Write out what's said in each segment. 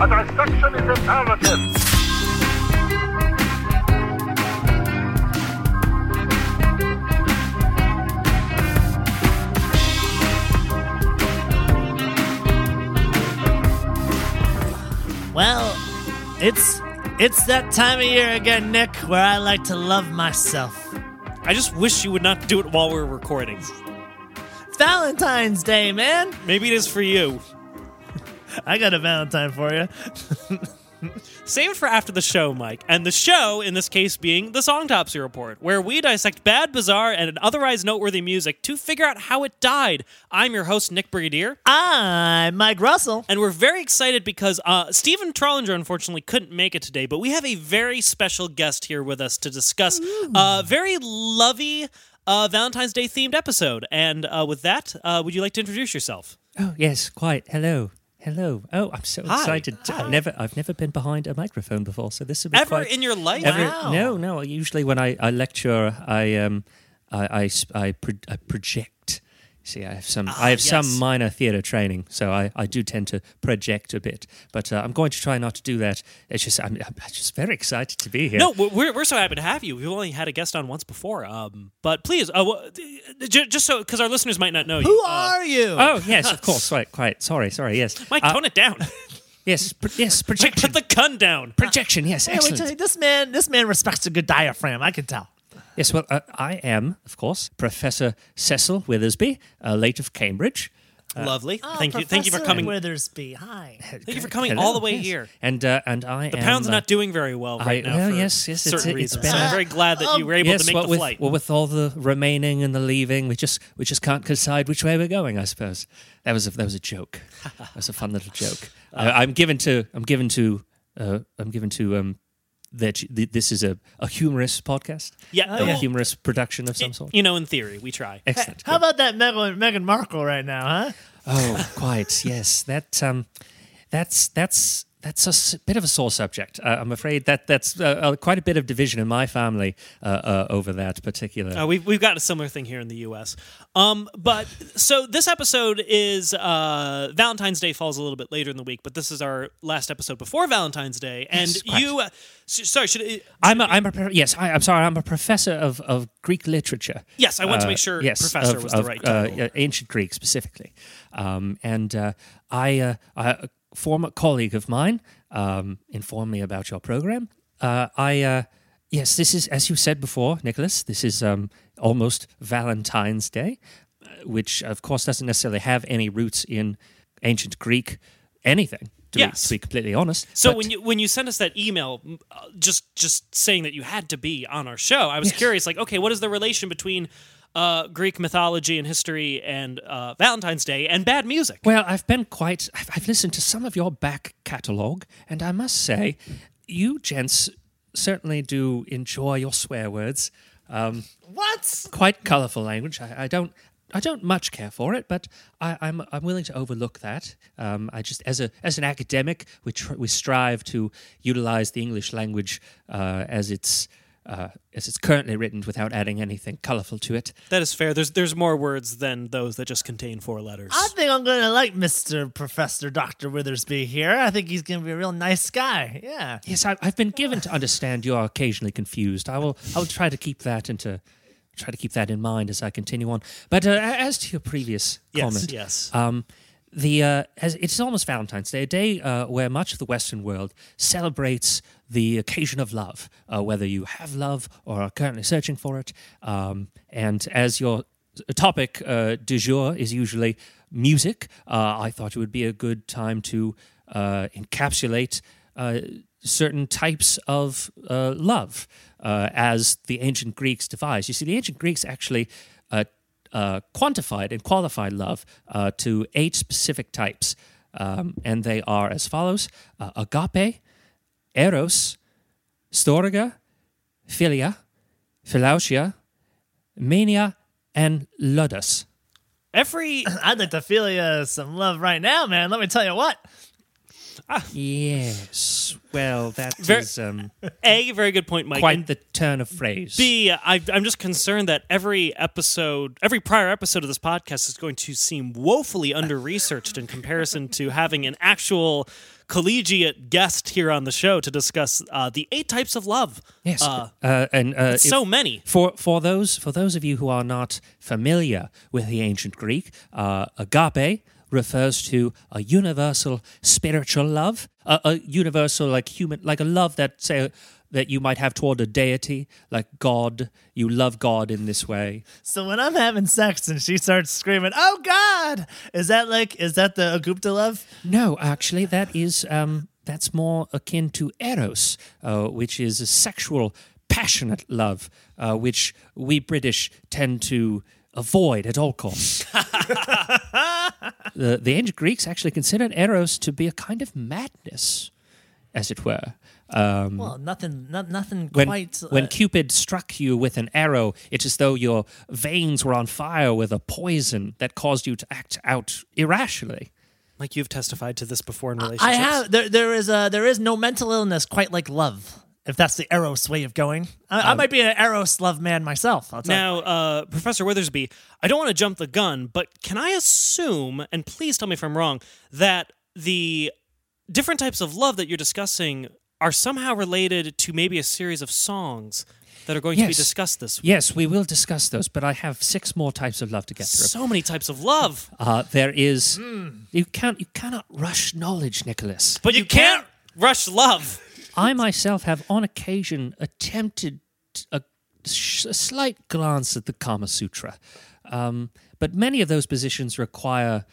A dissection is imperative. Well, it's it's that time of year again, Nick, where I like to love myself. I just wish you would not do it while we're recording. Valentine's Day, man. Maybe it is for you. I got a Valentine for you. Save it for after the show, Mike. And the show, in this case, being the Songtopsy Report, where we dissect bad, bizarre, and otherwise noteworthy music to figure out how it died. I'm your host, Nick Brigadier. I'm Mike Russell. And we're very excited because uh, Stephen Trollinger unfortunately couldn't make it today, but we have a very special guest here with us to discuss a very lovey uh, Valentine's Day themed episode. And uh, with that, uh, would you like to introduce yourself? Oh yes, quite. Hello, hello. Oh, I'm so Hi. excited. I've never, I've never been behind a microphone before, so this will be Ever quite- in your life? ever- Wow. No, no. Usually when I, I lecture, I um, I I, s- I, pro- I project. See, I have some, I have Ah, yes. some minor theatre training, so I, I do tend to project a bit. But uh, I'm going to try not to do that. It's just, I'm, I'm just very excited to be here. No, we're- we're, we're so happy to have you. We've only had a guest on once before. Um, but please, uh, w- j- just so, because our listeners might not know you. Who uh, are you? Oh yes, of course. Quite, quite. Sorry, sorry. Yes, Mike, Uh, tone it down. yes, pro- yes. Mike, Projection. put the gun down. projection. Yes, Hey, wait excellent. till you- this man, this man respects a good diaphragm. I can tell. Yes, well, uh, I am, of course, Professor Cecil Withersby, uh, late of Cambridge. Lovely. Uh, thank you. Thank you for Oh, Professor coming. Withersby. Hi. Thank you for coming all the way here. And uh, and I The am, pound's uh, not doing very well I- right now. well, for yes, yes, it's- certain it's reasons. been so a- I'm very glad that you were able yes, to make what the with, flight. Well, with all the remaining and the leaving, we just we just can't decide which way we're going. I suppose that was a, that was a joke. that was a fun little joke. Uh, I, I'm given to I'm given to uh, I'm given to um, that th- this is a, a humorous podcast, yeah, a well, humorous production of some sort. you know, in theory, we try. Excellent. How about that Meghan, Meghan Markle right now, huh? Oh, quite. Yes, that um, that's that's that's a s- bit of a sore subject. Uh, I'm afraid that that's uh, uh, quite a bit of division in my family uh, uh, over that particular. Uh, we've, we've got a similar thing here in the U.S. Um, but so this episode is uh, Valentine's Day falls a little bit later in the week, but this is our last episode before Valentine's Day, and Yes, quite. you. Uh, s- sorry, should it, I'm a, I'm a pro- yes. I, I'm sorry. I'm a professor of, of Greek literature. Uh, Yes, I want to make sure professor of- was the of, right uh, title. uh, ancient Greek specifically, um, and uh, I, uh, I a former colleague of mine um, informed me about your program. Uh, I uh, yes, this is as you said before, Nicholas. This is um, almost Valentine's Day, uh, which of course doesn't necessarily have any roots in ancient Greek anything. To, be, Yes. to be completely honest. So But- when you when you sent us that email, m- uh, just just saying that you had to be on our show, I was curious. Like, okay, what is the relation between uh, Greek mythology and history and uh, Valentine's Day and bad music? Well, I've been quite. I've, I've listened to some of your back catalogue, and I must say, you gents certainly do enjoy your swear words. Um, What? quite colourful language. I, I don't. I don't much care for it, but I, I'm I'm willing to overlook that. Um, I just as a as an academic, we tr- we strive to utilize the English language uh, as it's uh, as it's currently written without adding anything colourful to it. That is fair. There's there's more words than those that just contain four letters. I think I'm gonna like Mr. Professor Dr. Withersby here. I think he's gonna be a real nice guy. Yeah. Yes, I, I've been given to understand you are occasionally confused. I will, I will try to keep that into, try to keep that in mind as I continue on. But uh, a- as to your previous yes, comment, yes. um, the uh, as, it's almost Valentine's Day, a day uh, where much of the Western world celebrates the occasion of love, uh, whether you have love or are currently searching for it. Um, and as your topic uh, du jour is usually music, uh, I thought it would be a good time to uh, encapsulate. Uh, certain types of uh, love uh, as the ancient Greeks devised. You see, the ancient Greeks actually uh, uh, quantified and qualified love uh, to eight specific types. Um, and they are as follows uh, agape, eros, storge, philia, philautia, mania, and ludus. Every I'd like to feel you some love right now, man. Let me tell you what. Yes. Well, that is Ver- um, a very good point, Mike. quite and the turn of phrase. B, I, I'm just concerned that every episode, every prior episode of this podcast is going to seem woefully under researched in comparison to having an actual collegiate guest here on the show to discuss uh, the eight types of love. Yes, Uh, uh, and uh, if- so many. For for those for those of you who are not familiar with the ancient Greek, uh, agape refers to a universal spiritual love, a, a universal like human like a love that say that you might have toward a deity, like God. You love God in this way. So when I'm having sex and she starts screaming, "Oh God!" Is that like is that the Agupta love? No, actually, that is um, that's more akin to eros, uh, which is a sexual, passionate love, uh, which we British tend to avoid at all costs. the, the ancient Greeks actually considered eros to be a kind of madness, as it were. Mm. Um, Well, nothing, not, nothing when, quite. uh, when Cupid struck you with an arrow, it's as though your veins were on fire with a poison that caused you to act out irrationally. Like you've testified to this before in relationships. I have there, there is a there is no mental illness quite like love. If that's the Eros way of going, I, Um, I might be an Eros love man myself. I'll tell you. Now, uh, Professor Withersby, I don't want to jump the gun, but can I assume, and please tell me if I'm wrong, that the different types of love that you're discussing are somehow related to maybe a series of songs that are going to be Yes. discussed this week? Yes, we will discuss those, but I have six more types of love to get through. Hmm. So many types of love, Uh, there is you can't you cannot rush knowledge, Nicholas. but you, can't rush love. I myself have on occasion attempted a, sh- a slight glance at the Kama Sutra, um, but many of those positions require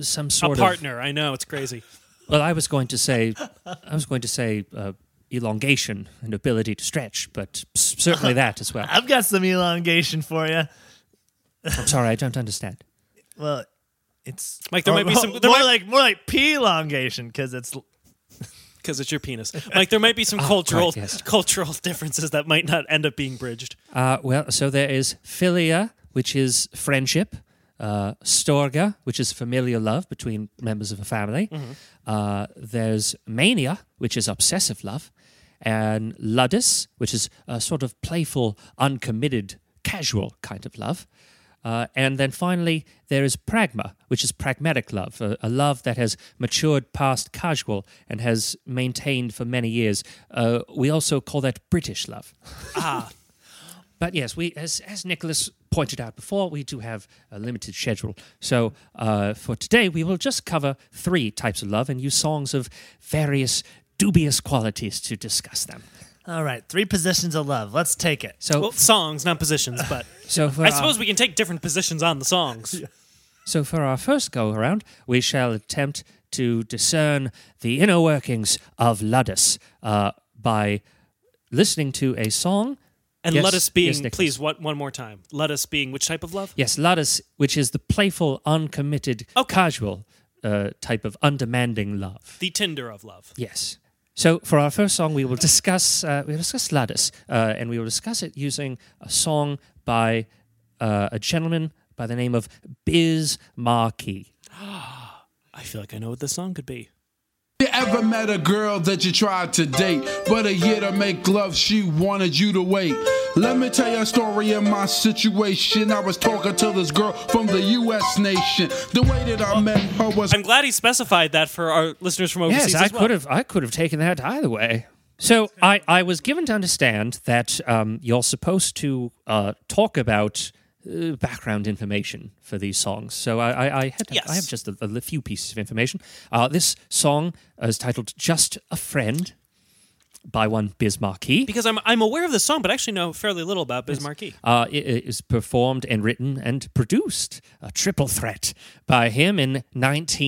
some A sort of partner, I know it's crazy. Well, I was going to say, I was going to say uh, elongation and ability to stretch, but s- certainly that as well. I've got some elongation for you. I'm sorry, I don't understand. Well, it's Mike, there or- might be some- there more might- like more like pelongation because it's Because it's your penis, Like There might be some cultural right, Oh, yes. cultural differences that might not end up being bridged. Uh, well, so there is philia, which is friendship, uh, storga, which is familial love between members of a family. Uh, there's mania, which is obsessive love, and ludus, which is a sort of playful, uncommitted, casual kind of love. Uh, and then finally, there is pragma, which is pragmatic love, a, a love that has matured past casual and has maintained for many years. Uh, we also call that British love. But yes, we as as Nicholas pointed out before, we do have a limited schedule. So uh, for today, we will just cover three types of love and use songs of various dubious qualities to discuss them. all right. Three positions of love. Let's take it. So Well, songs, not positions, but so for I our- suppose we can take different positions on the songs. so for our first go around, we shall attempt to discern the inner workings of ludus uh, by listening to a song. And Yes, let us being, yes, Nicholas. please, what, one more time. Let us being which type of love? Yes, ludus, which is the playful, uncommitted, casual uh, type of undemanding love. The Tinder of love. Yes. So for our first song, we will discuss uh, we will discuss Ladis, uh, and we will discuss it using a song by uh, a gentleman by the name of Biz Markie. I feel like I know what this song could be. You ever met a girl that you tried to date, but a year to make love, she wanted you to wait? Let me tell you a story of my situation. I was talking to this girl from the U.S. nation. The way that I met her was I'm glad he specified that for our listeners from overseas. Yes, I as well. could have I could have taken that either way. So I, I was given to understand that um, you're supposed to uh, talk about uh, background information for these songs. So I, I, I, had Yes. I have just a, a few pieces of information. Uh, this song is titled "Just a Friend" by one Biz Markie. Because I'm, I'm aware of this song, but actually know fairly little about Biz Markie. Uh, it it is performed and written and produced a triple threat by him in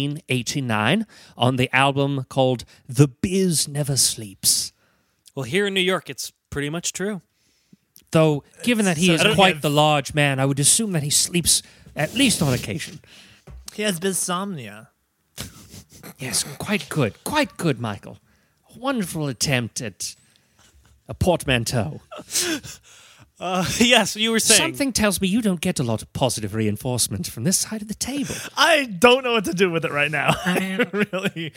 1989 on the album called "The Biz Never Sleeps." Well, here in New York, it's pretty much true. Though, given that he So- is I don't quite have- the large man, I would assume that he sleeps at least on occasion. He has bisomnia. Yes, quite good, quite good, Michael. Wonderful attempt at a portmanteau. yes, you were saying. Something tells me you don't get a lot of positive reinforcement from this side of the table. I don't know what to do with it right now. really.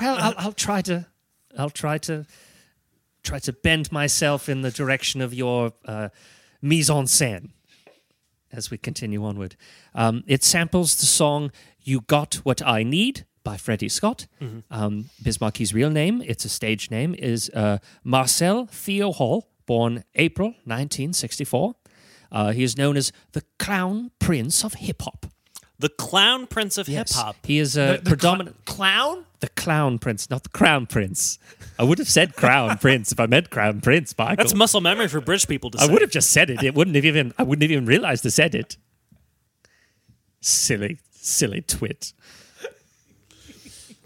Well, I'll, I'll try to, I'll try to, try to bend myself in the direction of your uh, mise en scène as we continue onward. Um, it samples the song "You Got What I Need" by Freddie Scott. Um, Bismarcky's real name, it's a stage name, is uh, Marcel Theo Hall, born April 1964. Uh, he is known as the Clown Prince of Hip Hop. The Clown Prince of Yes. Hip Hop. He is uh, predominant. Clown? the Clown Prince, not the Crown Prince. I would have said Crown Prince if I meant Crown Prince, Michael. That's muscle memory for British people to I say. would have just said it. It wouldn't have even. I wouldn't have even realized I said it. Silly, silly twit.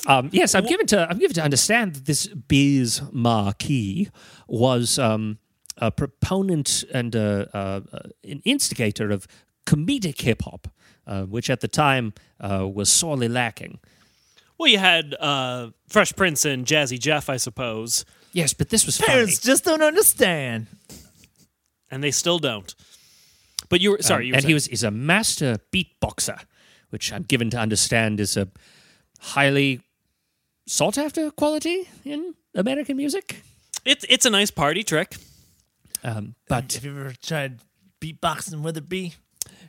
Um, yes, I'm given to. I'm given to understand that this Biz Marquis was um, a proponent and uh uh uh an instigator of comedic hip hop, uh, which at the time uh, was sorely lacking. Well, you had uh, Fresh Prince and Jazzy Jeff, I suppose, Yes, but this was Parents just don't understand. and they still don't. But you were sorry. Um, you were and he saying- was is a master beatboxer, which I'm given to understand is a highly sought after quality in American music. It's it's a nice party trick. Um, but Have you ever tried beatboxing with a B?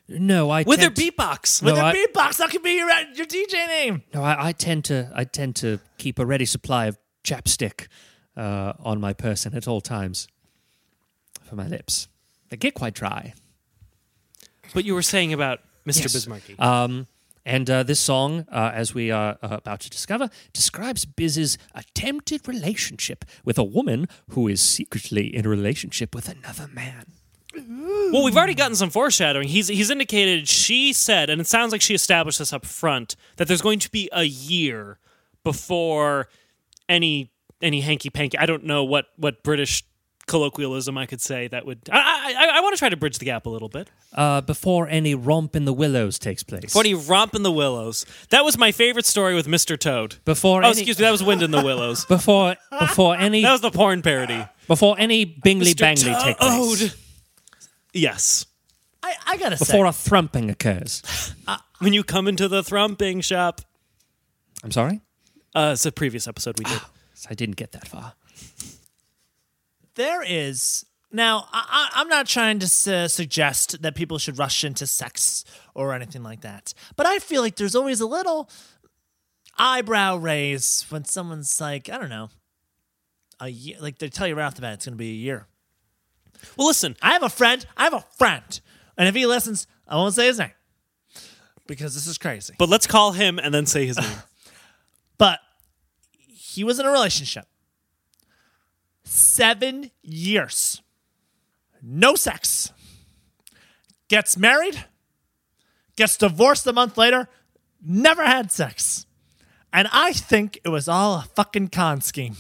no, I With their tend, beatbox. No, With a I- beatbox, that could be your, your DJ name. no, I, I tend to I tend to keep a ready supply of chapstick uh, on my person at all times for my lips. They get quite dry. But you were saying about Mr. Yes. Bismarcky. Um, and uh, this song, uh, as we are uh, about to discover, describes Biz's attempted relationship with a woman who is secretly in a relationship with another man. well, we've already gotten some foreshadowing. He's he's indicated she said, and it sounds like she established this up front, that there's going to be a year before any any hanky panky. I don't know what what British colloquialism I could say that would. I I, I, I want to try to bridge the gap a little bit. Uh, before any romp in the willows takes place. Funny romp in the willows. That was my favorite story with Mr. Toad. Before oh, any- excuse me, that was Wind in the Willows. Before before any that was the porn parody. before any Bingley Mr. Bangley Toad. takes place. Yes. I, I gotta Before say, a thrumping occurs. When you come into the thrumping shop. I'm sorry, Uh, it's a previous episode we did. I didn't get that far. Ah. there is. Now, I, I, I'm not trying to su- suggest that people should rush into sex or anything like that, but I feel like there's always a little eyebrow raise when someone's like, I don't know, a year, like they tell you right off the bat it's gonna be a year. well, listen. I have a friend. I have a friend. And if he listens, I won't say his name because this is crazy. But let's call him and then say his name. But he was in a relationship. Seven years. No sex. Gets married. Gets divorced a month later. Never had sex. And I think it was all a fucking con scheme.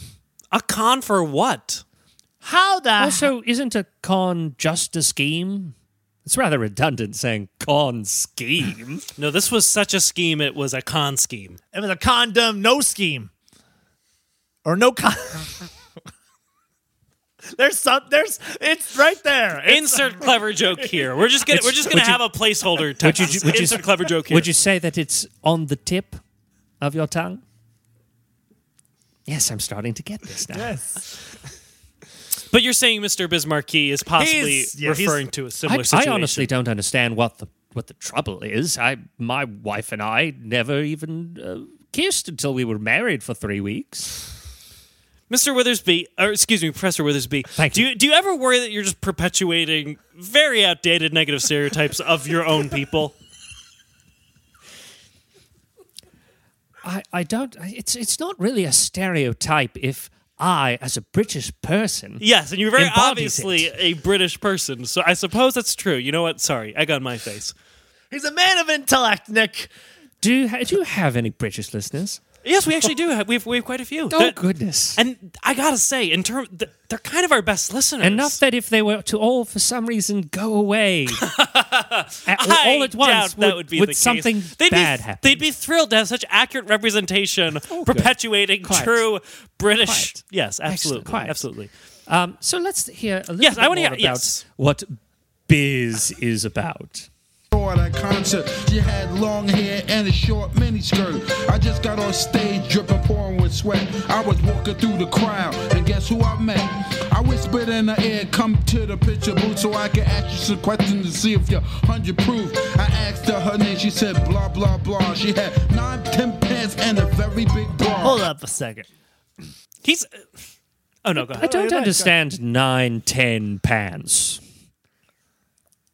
a con for what? How the Also, isn't a con just a scheme? It's rather redundant saying con scheme. No, this was such a scheme. It was a con scheme. It was a condom no scheme. Or no con There's some there's it's right there. It's- Insert clever joke here. We're just gonna we're just gonna would you- have a placeholder. Text. you- would you- Insert clever joke here. Would you say that it's on the tip of your tongue? Yes, I'm starting to get this now. yes. but you're saying Mr. Bismarcky is possibly He's- yeah, he's- referring to a similar I, I situation. honestly don't understand what the what the trouble is. I my wife and I never even uh, kissed until we were married for three weeks. Mr. Withersby, or excuse me, Professor Withersby. Thank do you. you. Do you ever worry that you're just perpetuating very outdated negative stereotypes of your own people? I, I don't. I- It's it's not really a stereotype if I, as a British person, Yes, and you're very Embodies obviously it. a British person, so I suppose that's true. You know what? Sorry, I got my face. He's a man of intellect, Nick. do you ha- do you have any British listeners? Yes, we actually do. Have, we have we have quite a few. Oh That- goodness! And I gotta say, in term, th- they're kind of our best listeners. Enough that if they were to all, for some reason, go away at, I all at once, doubt that would, would be would the case. something They'd bad be, happen. They'd be thrilled to have such accurate representation, good. perpetuating Quiet. true British. Quiet. Yes, absolutely, quiet. absolutely. Um, so let's hear a little Yes, I bit more wanna hear- about yes. what Biz is about. Or saw that concert. She had long hair and a short miniskirt. I just got on stage dripping pouring with sweat. I was walking through the crowd, and guess who I met? I whispered in the air, come to the picture booth so I can ask you some questions to see if you're 100 proof. I asked her her name, she said blah, blah, blah. She had nine, ten pants and a very big bra. Hold up a second. He's. Oh no, go I ahead. don't understand nine, ten pants.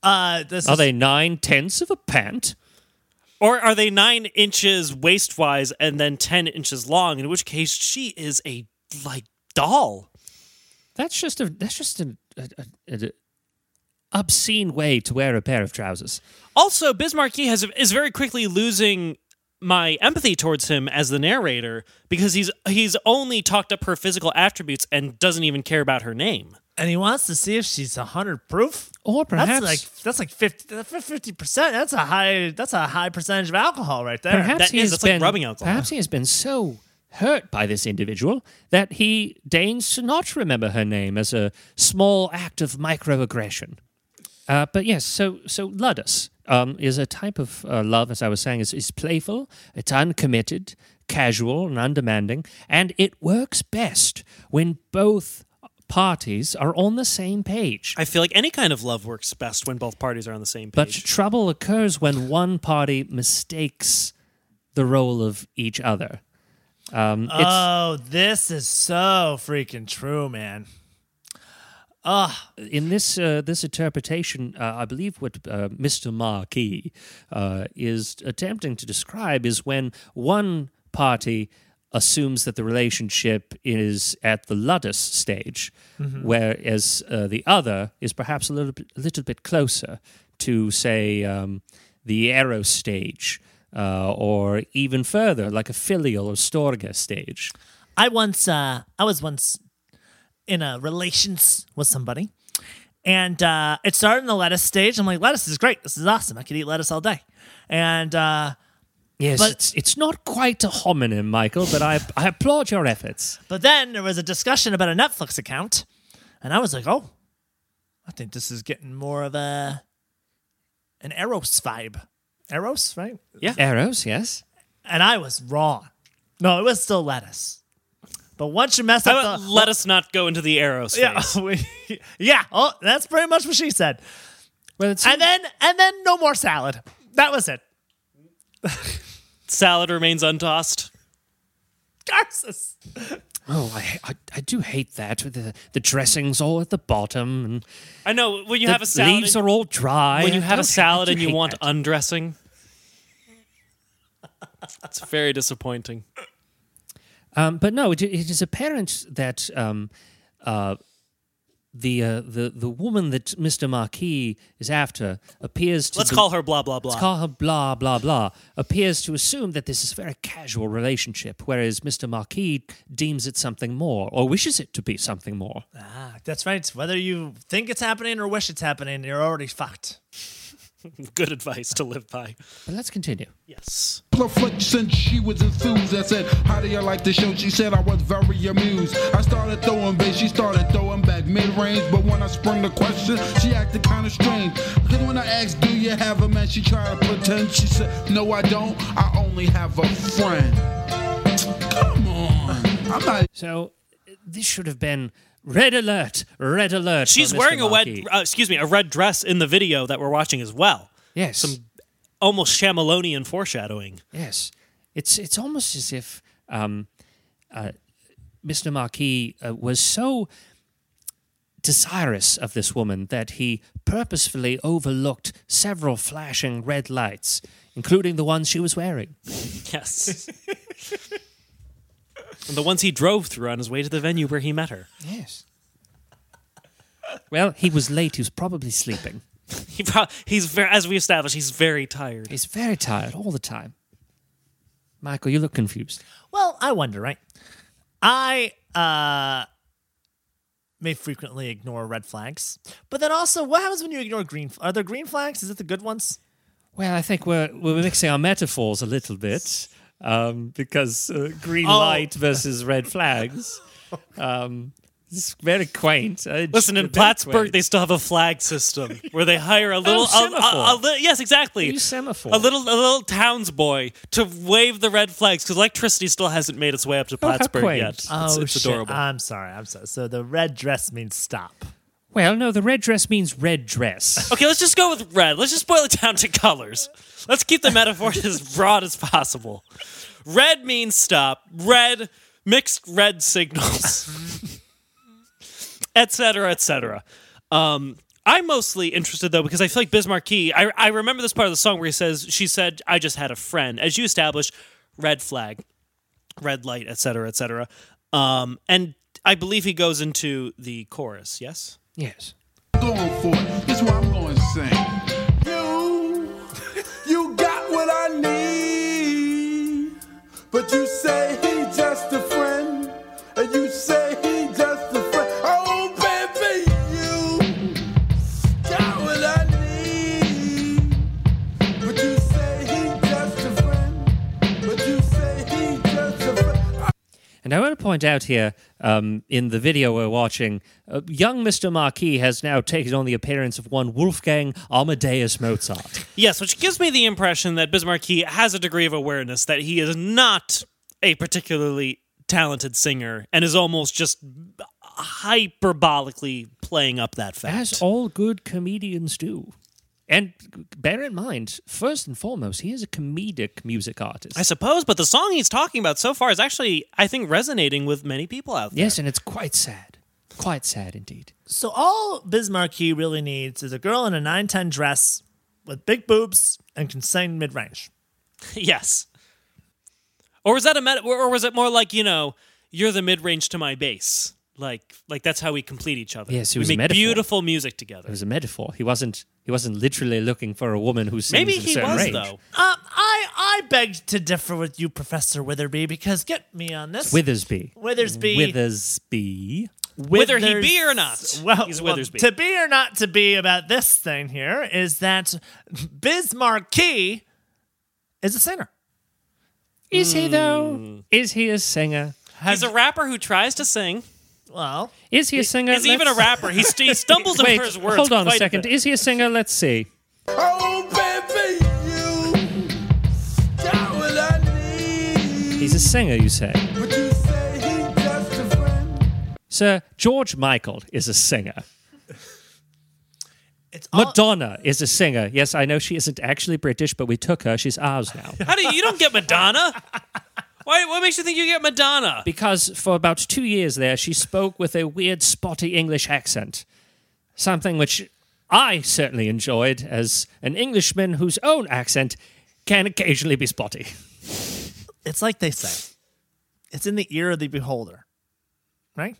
Uh, this Are is, they nine tenths of a pant? Or are they nine inches waist wise and then ten inches long? In which case, she is a like doll. That's just a that's just an a, a, a- obscene way to wear a pair of trousers. Also, Bismarcky has is very quickly losing my empathy towards him as the narrator because he's he's only talked up her physical attributes and doesn't even care about her name. and he wants to see if she's hundred proof. Or perhaps that's like that's like fifty fifty percent. That's a high that's a high percentage of alcohol right there. perhaps that he is- has that's like been rubbing alcohol. perhaps he has been so hurt by this individual that he deigns to not remember her name as a small act of microaggression. Uh, but yes, so so ludus um, is a type of uh, love, as I was saying, is, is playful, it's uncommitted, casual, and undemanding, and it works best when both parties are on the same page. I feel like any kind of love works best when both parties are on the same But page. trouble occurs when one party mistakes the role of each other. Um, it's, Oh, this is so freaking true, man. in this uh, this interpretation, uh, I believe what uh, Mr. Marquis uh, is attempting to describe is when one party assumes that the relationship is at the ludus stage, whereas uh, the other is perhaps a little bit, a little bit closer to, say, um, the aero stage. Uh, or even further, like a filial or storge stage. I once uh I was once in a relations with somebody and uh it started in the lettuce stage. I'm like, lettuce is great, this is awesome. I could eat lettuce all day. And uh Yes, But- it's it's not quite a homonym, Michael, but I I applaud your efforts. but then there was a discussion about a Netflix account, and I was like, oh, I think this is getting more of a an Eros vibe. Eros, right? Arrows, yes. And I was wrong. No, it was still lettuce. But once you mess How up about the let us not go into the arrow space. yeah, we- yeah. Oh, that's pretty much what she said. Well, it's and then and then no more salad. That was it. Salad remains untossed. Garces. oh, I, I I do hate that with the the dressings all at the bottom and I know when you the have a salad. leaves are all dry. when you I have don't- I a salad do and you hate want that. undressing. It's very disappointing. um, but no, it, it is apparent that um, uh, the uh, the the woman that Mister Marquis is after appears to Let's be- call her blah blah blah. Let's call her blah blah blah. Appears to assume that this is a very casual relationship, whereas Mister Marquis deems it something more, or wishes it to be something more. Ah, that's right. Whether you think it's happening or wish it's happening, you're already fucked. Good advice to live by. But let's continue. Yes. Since she was enthused, I said, How do you like the show? She said, I was very amused. I started throwing bass, she started throwing back mid range. But when I sprung the question, she acted kind of strange. Then when I asked, Do you have a man? She tried to pretend. She said, No, I don't. I only have a friend. Come on. I'm not So uh, this should have been red alert, red alert. for She's Mr. wearing a Markey. red uh, excuse me, a red dress in the video that we're watching as well. Yes, Almost Shyamalonian foreshadowing. yes. It's it's almost as if um, uh, Mr. Marquis uh, was so desirous of this woman that he purposefully overlooked several flashing red lights, including the ones she was wearing. Yes. and the ones he drove through on his way to the venue where he met her. Yes. Well, he was late. He was probably sleeping. He pro- he's ver- as we established, he's very tired. He's very tired all the time. Michael, you look confused. Well, I wonder, right? I uh may frequently ignore red flags, but then also, what happens when you ignore green? Are there green flags? Is it the good ones? Well, I think we're we're mixing our metaphors a little bit um, because uh, green Oh. light versus red flags. Um, It's very quaint. Uh, Listen, in very Plattsburgh, quaint. they still have a flag system where they hire a little. a- a- semaphore. a li- yes, exactly. Use semaphore. A little, a little townsboy to wave the red flags because electricity still hasn't made its way up to how Plattsburgh quaint. yet. It's, Oh, it's shit. adorable. I'm sorry. I'm sorry. So the red dress means stop. Well, no, the red dress means red dress. Okay, let's just go with red. Let's just boil it down to colors. Let's keep the metaphor as broad as possible. Red means stop. Red mixed red signals, etc., etc. Um, I'm mostly interested though because I feel like Bismarcky. I I remember this part of the song where he says, "She said I just had a friend." As you established, red flag, red light, etc., etc. Um, and I believe he goes into the chorus. Yes. yes. going for it. It's why I'm going to sing. You, you got what I need, but you say he just a friend, and you say he just a friend. Oh, baby, you got what I need, but you say he just a friend, but you say he just a friend. And I want to point out here um, in the video we're watching, uh, young Mr. Marquis has now taken on the appearance of one Wolfgang Amadeus Mozart. Yes, which gives me the impression that Bismarcky has a degree of awareness that he is not a particularly talented singer and is almost just hyperbolically playing up that fact. As all good comedians do. And bear in mind, first and foremost, he is a comedic music artist. I suppose, but the song he's talking about so far is actually, I think, resonating with many people out there. yes, and it's quite sad. Quite sad indeed. So all Bismarcky really needs is a girl in a 910 dress with big boobs and can sing mid-range. yes. Or was that a meta- or was it more like you know, you're the mid range to my bass, like like that's how we complete each other. Yes, it we was a make metaphor. beautiful music together. It was a metaphor. He wasn't. He wasn't literally looking for a woman who sings Maybe in a he certain was range. though. Um, I I beg to differ with you, Professor Witherby, because get me on this. Withersby. Withersby. Withersby. Whether he be or not, Well, he's well, Withersby. to be or not to be about this thing here is that Bismarcky is a singer. Is he Hmm. though? Is he a singer? He's a rapper who tries to sing. Well, Is he a singer? Is he even a Let's- rapper? He, st- he stumbles over Wait, his words. hold on a quite second. bit. Is he a singer? Let's see. Oh, baby, you got what I need. He's a singer, you say. But you say he just a friend. Sir George Michael is a singer. it's all, Madonna is a singer. Yes, I know she isn't actually British, but we took her. She's ours now. How do you, you don't get Madonna? Why? What makes you think you get Madonna? because for about two years there, she spoke with a weird, spotty English accent. Something which I certainly enjoyed as an Englishman whose own accent can occasionally be spotty. it's like they say, it's in the ear of the beholder, right?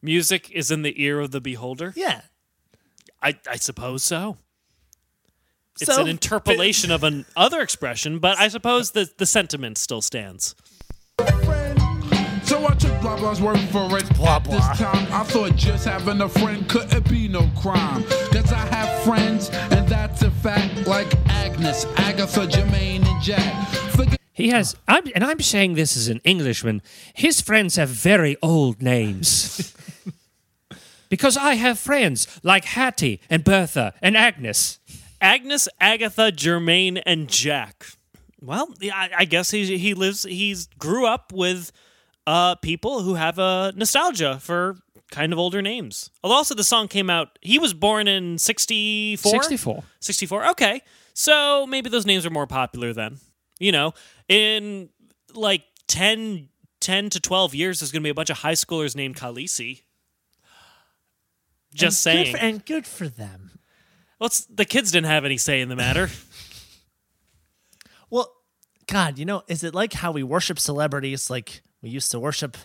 Music is in the ear of the beholder. Yeah. I, I suppose so. It's So- an interpolation of an other expression, but I suppose the the sentiment still stands. friend. So I took blah blah's word for it. At this time, I thought just having a friend couldn't be no crime. Cause I have friends, and that's a fact. Like Agnes, Agatha, Jermaine, and Jack. Forget He has, I'm, and I'm saying this as an Englishman, his friends have very old names. because I have friends like Hattie and Bertha and Agnes. Agnes, Agatha, Germaine, and Jack. Well, yeah, I, I guess he he lives he's grew up with uh people who have a nostalgia for kind of older names. Although also the song came out he was born in 64? 64. 64. Okay. So maybe those names are more popular then. You know, in like 10 10 to 12 years there's going to be a bunch of high schoolers named Khaleesi. Just And saying. Good for, and good for them. well, it's- the kids didn't have any say in the matter. Well, God, you know, is it like how we worship celebrities? Like we used to worship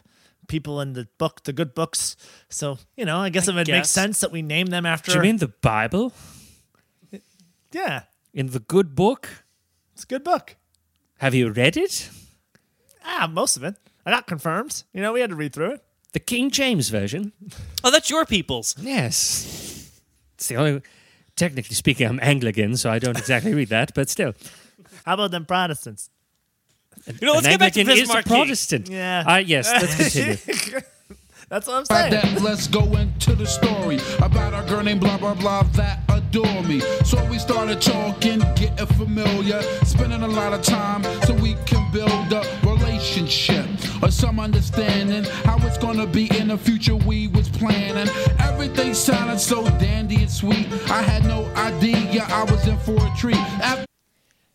people in the book, the good books. So you know, I guess it would make guess. sense that we name them after. Do you mean the Bible? Yeah, In the good book? it's a good book. Have you read it? Ah, most of it. I got confirmed. You know, we had to read through it. The King James Version? Oh, that's your people's. Yes. It's the only. Technically speaking, I'm Anglican, so I don't exactly read that, but still. How about them Protestants? You know, let's An get back to Anglican is a Bismarck. Protestant. Yeah. Uh, yes, let's continue. That's what I'm By saying. that, let's go into the story about a girl named blah blah blah that adore me. So we started talking, getting familiar, spending a lot of time so we can build a relationship or some understanding how it's gonna be in the future. We was planning. Everything sounded so dandy and sweet. I had no idea I was in for a treat. After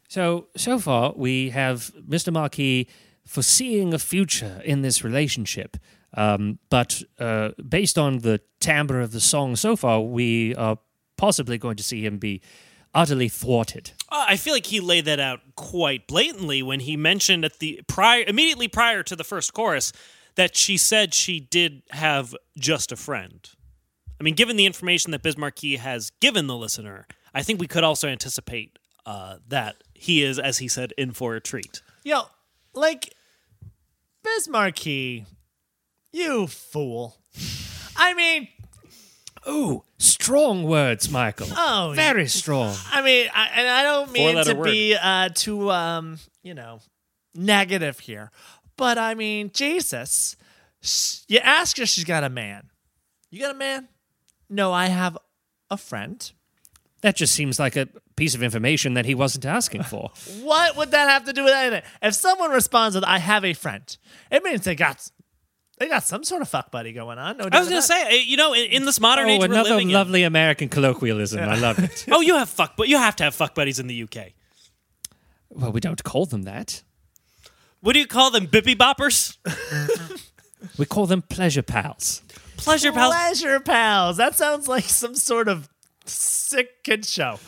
So, so far, we have Mr. Marquis foreseeing a future in this relationship. Um, but uh, based on the timbre of the song so far, we are possibly going to see him be utterly thwarted. Uh, I feel like he laid that out quite blatantly when he mentioned at the prior, immediately prior to the first chorus, that she said she did have just a friend. I mean, given the information that Biz Marquis has given the listener, I think we could also anticipate uh, that he is, as he said, in for a treat. Yo, like, Bismarcky, you fool. I mean, Ooh, strong words, Michael. Oh, very strong. I mean, I, and I don't mean Four-letter to be uh, too, um, you know, negative here, but I mean, Jesus, s- you ask her, she's got a man. You got a man? No, I have a friend. That just seems like a piece of information that he wasn't asking for. What would that have to do with anything? If someone responds with "I have a friend," it means they got they got some sort of fuck buddy going on. No I was doubt going to about it. say, uh, you know, in, in this modern age oh, we're another living in- lovely American colloquialism. I love it. oh, you have fuck, but you have to have fuck buddies in the UK. well, we don't call them that. What do you call them? Bippy boppers, We call them pleasure pals. pleasure pals. pleasure pals. That sounds like some sort of sick kid show.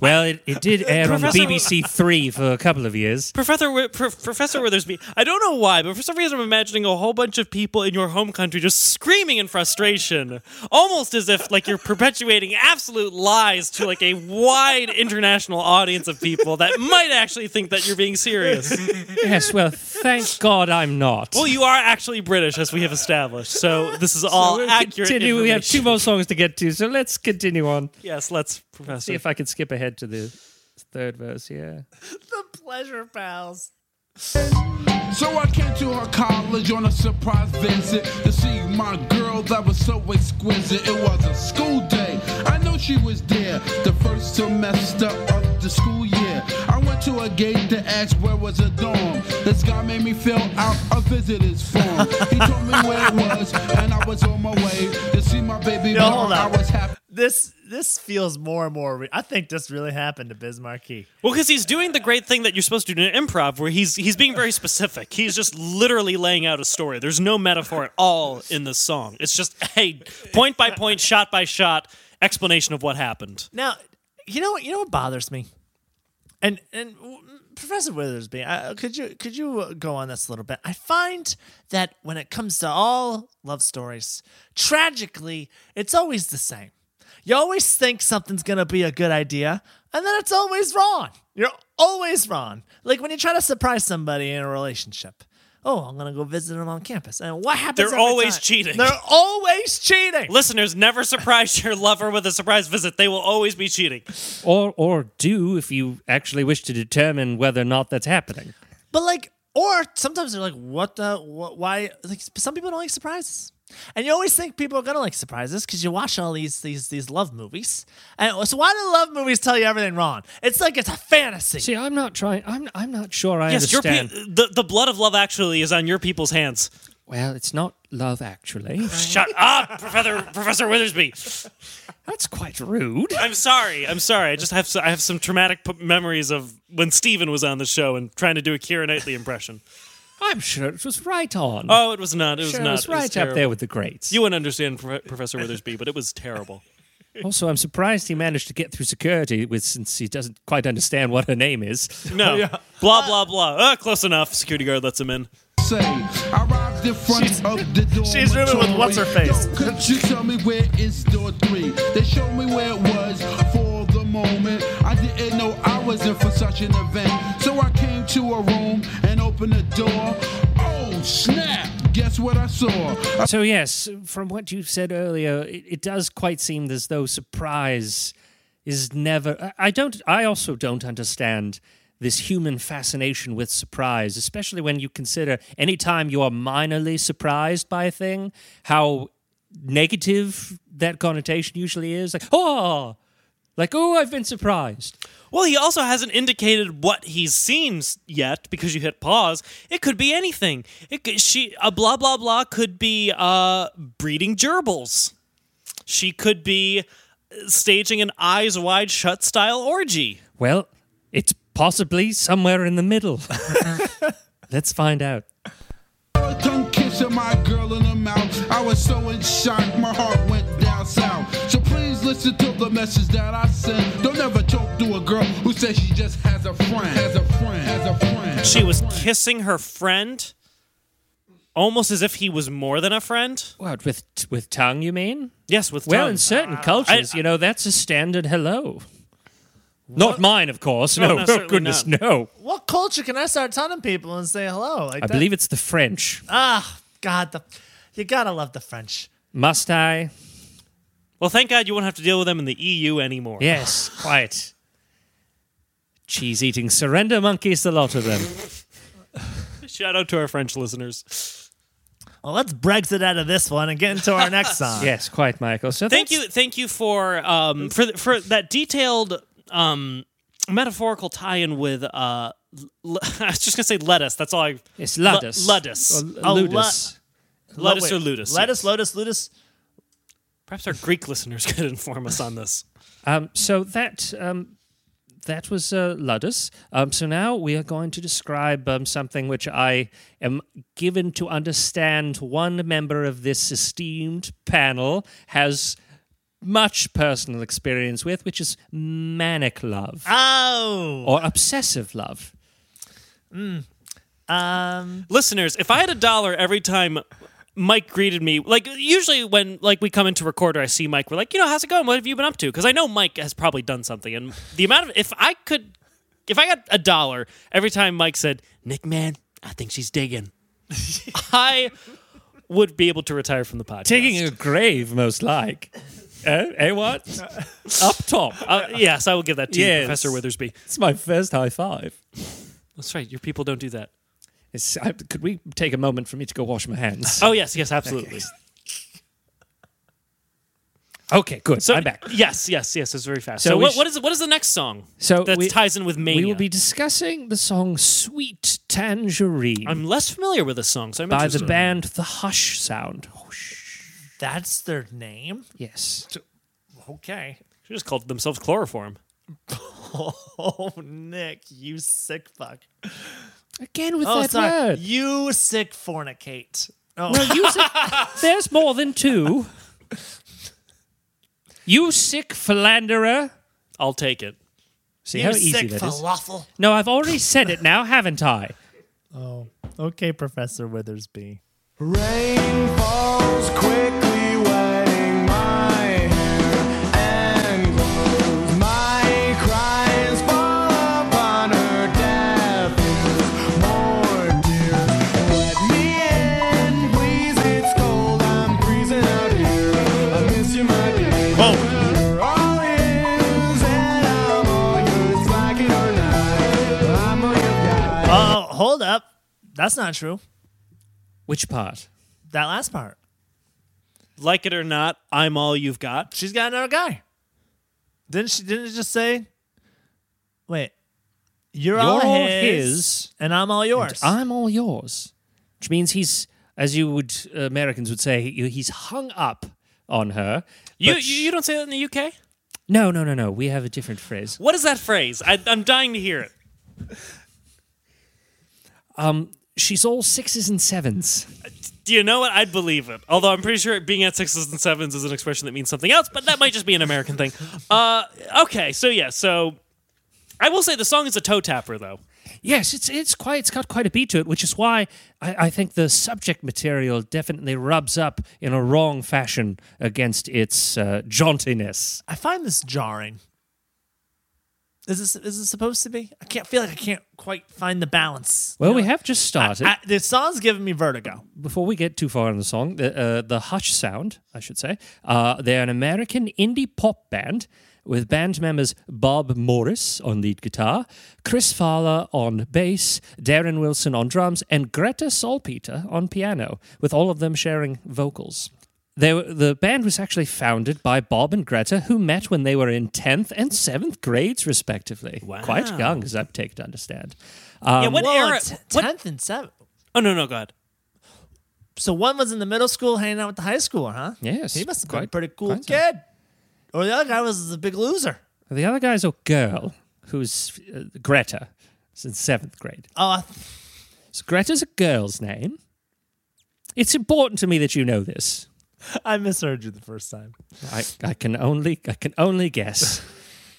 Well, it, it did air on the Professor- BBC Three for a couple of years. Professor Wi- Pro- Professor Withersby, I don't know why, but for some reason I'm imagining a whole bunch of people in your home country just screaming in frustration, almost as if like you're perpetuating absolute lies to like a wide international audience of people that might actually think that you're being serious. Yes, well, thank God I'm not. Well, you are actually British, as we have established, so this is all We'll accurate. continue. We have two information. more songs to get to, so let's continue on. Yes, let's See Professor. if I can skip ahead to the third verse. Yeah. The pleasure pals. So I came to her college on a surprise visit to see my girl that was so exquisite. It was a school day. I know she was there the first semester of the school year. I went to a gate to ask where was a dorm. This guy made me fill out a visitor's form. He told me where it was, and I was on my way to see my baby. Yo, mama. hold I up. was happy. This this feels more and more. Re- I think this really happened to Biz Markie. Well, because he's doing the great thing that you're supposed to do in improv, where he's he's being very specific. He's just literally laying out a story. There's no metaphor at all in this song. It's just a point by point, shot by shot explanation of what happened. Now, you know what? You know what bothers me, and and w- Professor Withersby, uh, could you could you uh, go on this a little bit? I find that when it comes to all love stories, tragically, it's always the same. You always think something's gonna be a good idea, and then it's always wrong. You're always wrong. Like when you try to surprise somebody in a relationship. Oh, I'm gonna go visit them on campus, and what happens? They're every always time? cheating. They're always cheating. Listeners, never surprise your lover with a surprise visit. They will always be cheating. Or or do if you actually wish to determine whether or not that's happening. But like, or sometimes they're like, "What the? What, why?" Like, some people don't like surprises, and you always think people are gonna like surprises because you watch all these these these love movies. And so, why do love movies tell you everything wrong? It's like it's a fantasy. See, I'm not trying. I'm I'm not sure. I Yes, your pe- understand. the the blood of love actually is on your people's hands. well, it's not love actually. Shut up, Professor Professor Withersby. that's quite rude. I'm sorry. I'm sorry. I just have so, I have some traumatic p- memories of when Steven was on the show and trying to do a Kira Knightley impression. I'm sure it was right on. Oh, it was not. It was sure, not. it was It was right up terrible. there with the greats. You wouldn't understand Pro- Professor Withersby, but it was terrible. Also, I'm surprised he managed to get through security with, since he doesn't quite understand what her name is. No. Blah, blah, blah. Ah, close enough. Security guard lets him in. say. I arrived in front She's- of the door. she's rooming with what's her face. Yo, could you tell me where is door three? They showed me where it was for the moment. I didn't know I was in for such an event. So I came to a room and opened the door. Oh, snap! Guess what I saw? A So, yes, from what you said earlier, it, it does quite seem as though surprise is never. I, I don't. I also don't understand this human fascination with surprise, especially when you consider any time you are minorly surprised by a thing, how negative that connotation usually is. Like, oh, like, oh, I've been surprised. Well, he also hasn't indicated what he's seen s- yet because you hit pause. It could be anything. It could, she a blah blah blah could be uh, breeding gerbils. She could be uh, staging an eyes wide shut style orgy. Well, it's possibly somewhere in the middle. Let's find out. Tongue kissing my girl in the mouth. I was so in shock, my heart went down south. So please listen to the message that I send. Don't ever talk to a girl who says she just has a friend. Has a friend. Has a friend. She was kissing her friend, almost as if he was more than a friend. What with with tongue? You mean? Yes, with Well, in tongue. certain cultures, I- you know, that's a standard hello. Not mine, of course. No, no, oh, certainly goodness, not. no. What culture can I start telling people and say hello? Like I that- believe it's the French. Ah, God, the you gotta love the French. Must I? Well, thank God you won't have to deal with them in the EU anymore. Yes, quite. Cheese eating surrender monkeys, the lot of them. Shout out to our French listeners. Well, let's Brexit out of this one and get into our next song. Yes, quite, Michael. So Thank that's- you, thank you for um for th- for that detailed um metaphorical tie-in with uh. L- I was just gonna say lettuce. That's all I. It's ludus. Lu- ludus. Or Oh, ludus. Lo- Lettuce wait, or ludus. Lettuce, yes. lotus, ludus. Perhaps our Greek listeners could inform us on this. Um, so that um, that was uh, ludus. Um, so now we are going to describe um, something which I am given to understand. One member of this esteemed panel has much personal experience with, which is manic love Oh, or obsessive love. um, listeners, if I had a dollar every time Mike greeted me, like usually when like we come into recorder, I see Mike. We're like, you know, how's it going? What have you been up to? Because I know Mike has probably done something. And the amount of if I could, if I got a dollar every time Mike said, "Nick, man, I think she's digging," I would be able to retire from the podcast. Digging a grave, most like. Eh? eh, what? Up top. Uh, yes, I will give that to you, Yes. Professor Withersby. It's my first high five. That's right. Your people don't do that. It's, I, could we take a moment for me to go wash my hands? Oh yes, yes, absolutely. Oh, Okay, good. So I'm back. Yes, yes, yes. It's very fast. So, So we what, sh- what is what is the next song? So that we- ties in with mania. We will be discussing the song Sweet Tangerine I'm less familiar with this song, so I'm by the interested. band The Hush Sound. Oh, that's their name. Yes. Okay. They just called themselves Chloroform. Oh, Nick, you sick fuck. Again with Oh, that sorry. word. You sick fornicate. Oh, You sick- There's more than two. You sick philanderer. I'll take it. See you how easy sick that is. falafel. No, I've already said it now, haven't I? Okay, Professor Withersby. Rain falls quickly, wetting my hair and clothes. My cries fall upon her death. More tears. Let me in, please. It's cold. I'm freezing out here. I miss you, my dear. You're all his, and I'm all yours, like it or not. I'm all your guy. Oh, hold up. That's not true. Which part? That last part. Like it or not, I'm all you've got. She's got another guy. Didn't she? Didn't it just say? Wait, you're, all, You're all his, his, and I'm all yours. I'm all yours. Which means he's, as you would uh, Americans would say, he- he's hung up on her. You, but sh- you you don't say that in the UK. No, no, no, no. We have a different phrase. What is that phrase? I, I'm dying to hear it. She's all sixes and sevens. Do you know what? I'd believe it. Although I'm pretty sure being at sixes and sevens is an expression that means something else, but that might just be an American thing. Uh, okay, so yeah, so I will say the song is a toe tapper though. Yes, it's it's quite it's got quite a beat to it, which is why I, I think the subject material definitely rubs up in a wrong fashion against its uh, jauntiness. I find this jarring. Is this is this supposed to be? I can't feel like I can't quite find the balance. Well, we have just started. I, this song's giving me vertigo. Before we get too far in the song, the uh, the Hush Sound, I should say, uh, they're an American indie pop band. with band members Bob Morris on lead guitar, Chris Fowler on bass, Darren Wilson on drums, and Greta Salpeter on piano, with all of them sharing vocals. They were, the band was actually founded by Bob and Greta, who met when they were in 10th and 7th grades, respectively. Quite young, as I've taken to understand. yeah, Um, what Well, era? t- what- 10th and 7th. oh no, no, go ahead. So one was in the middle school hanging out with the high schooler, huh? Yes, He must have been a quite- pretty cool quite so. kid. Or the other guy was a big loser. The other guy's a girl who's uh, Greta. It's in seventh grade. Oh, I th- So Greta's a girl's name. It's important to me that you know this. I misheard you the first time. I, I can only I can only guess.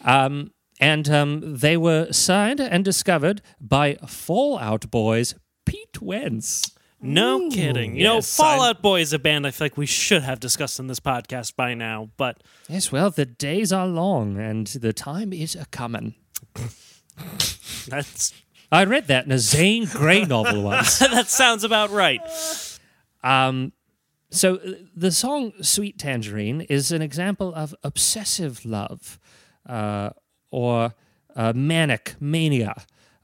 Um, and um, they were signed and discovered by Fallout Boys Pete Wentz. No kidding. You know, yes, Fallout Boy is a band I feel like we should have discussed in this podcast by now, but Yes, well, the days are long and the time is a comin'. that's I read that in a Zane Grey novel once. that sounds about right. So uh, the song "Sweet Tangerine" is an example of obsessive love, uh, or uh, manic mania.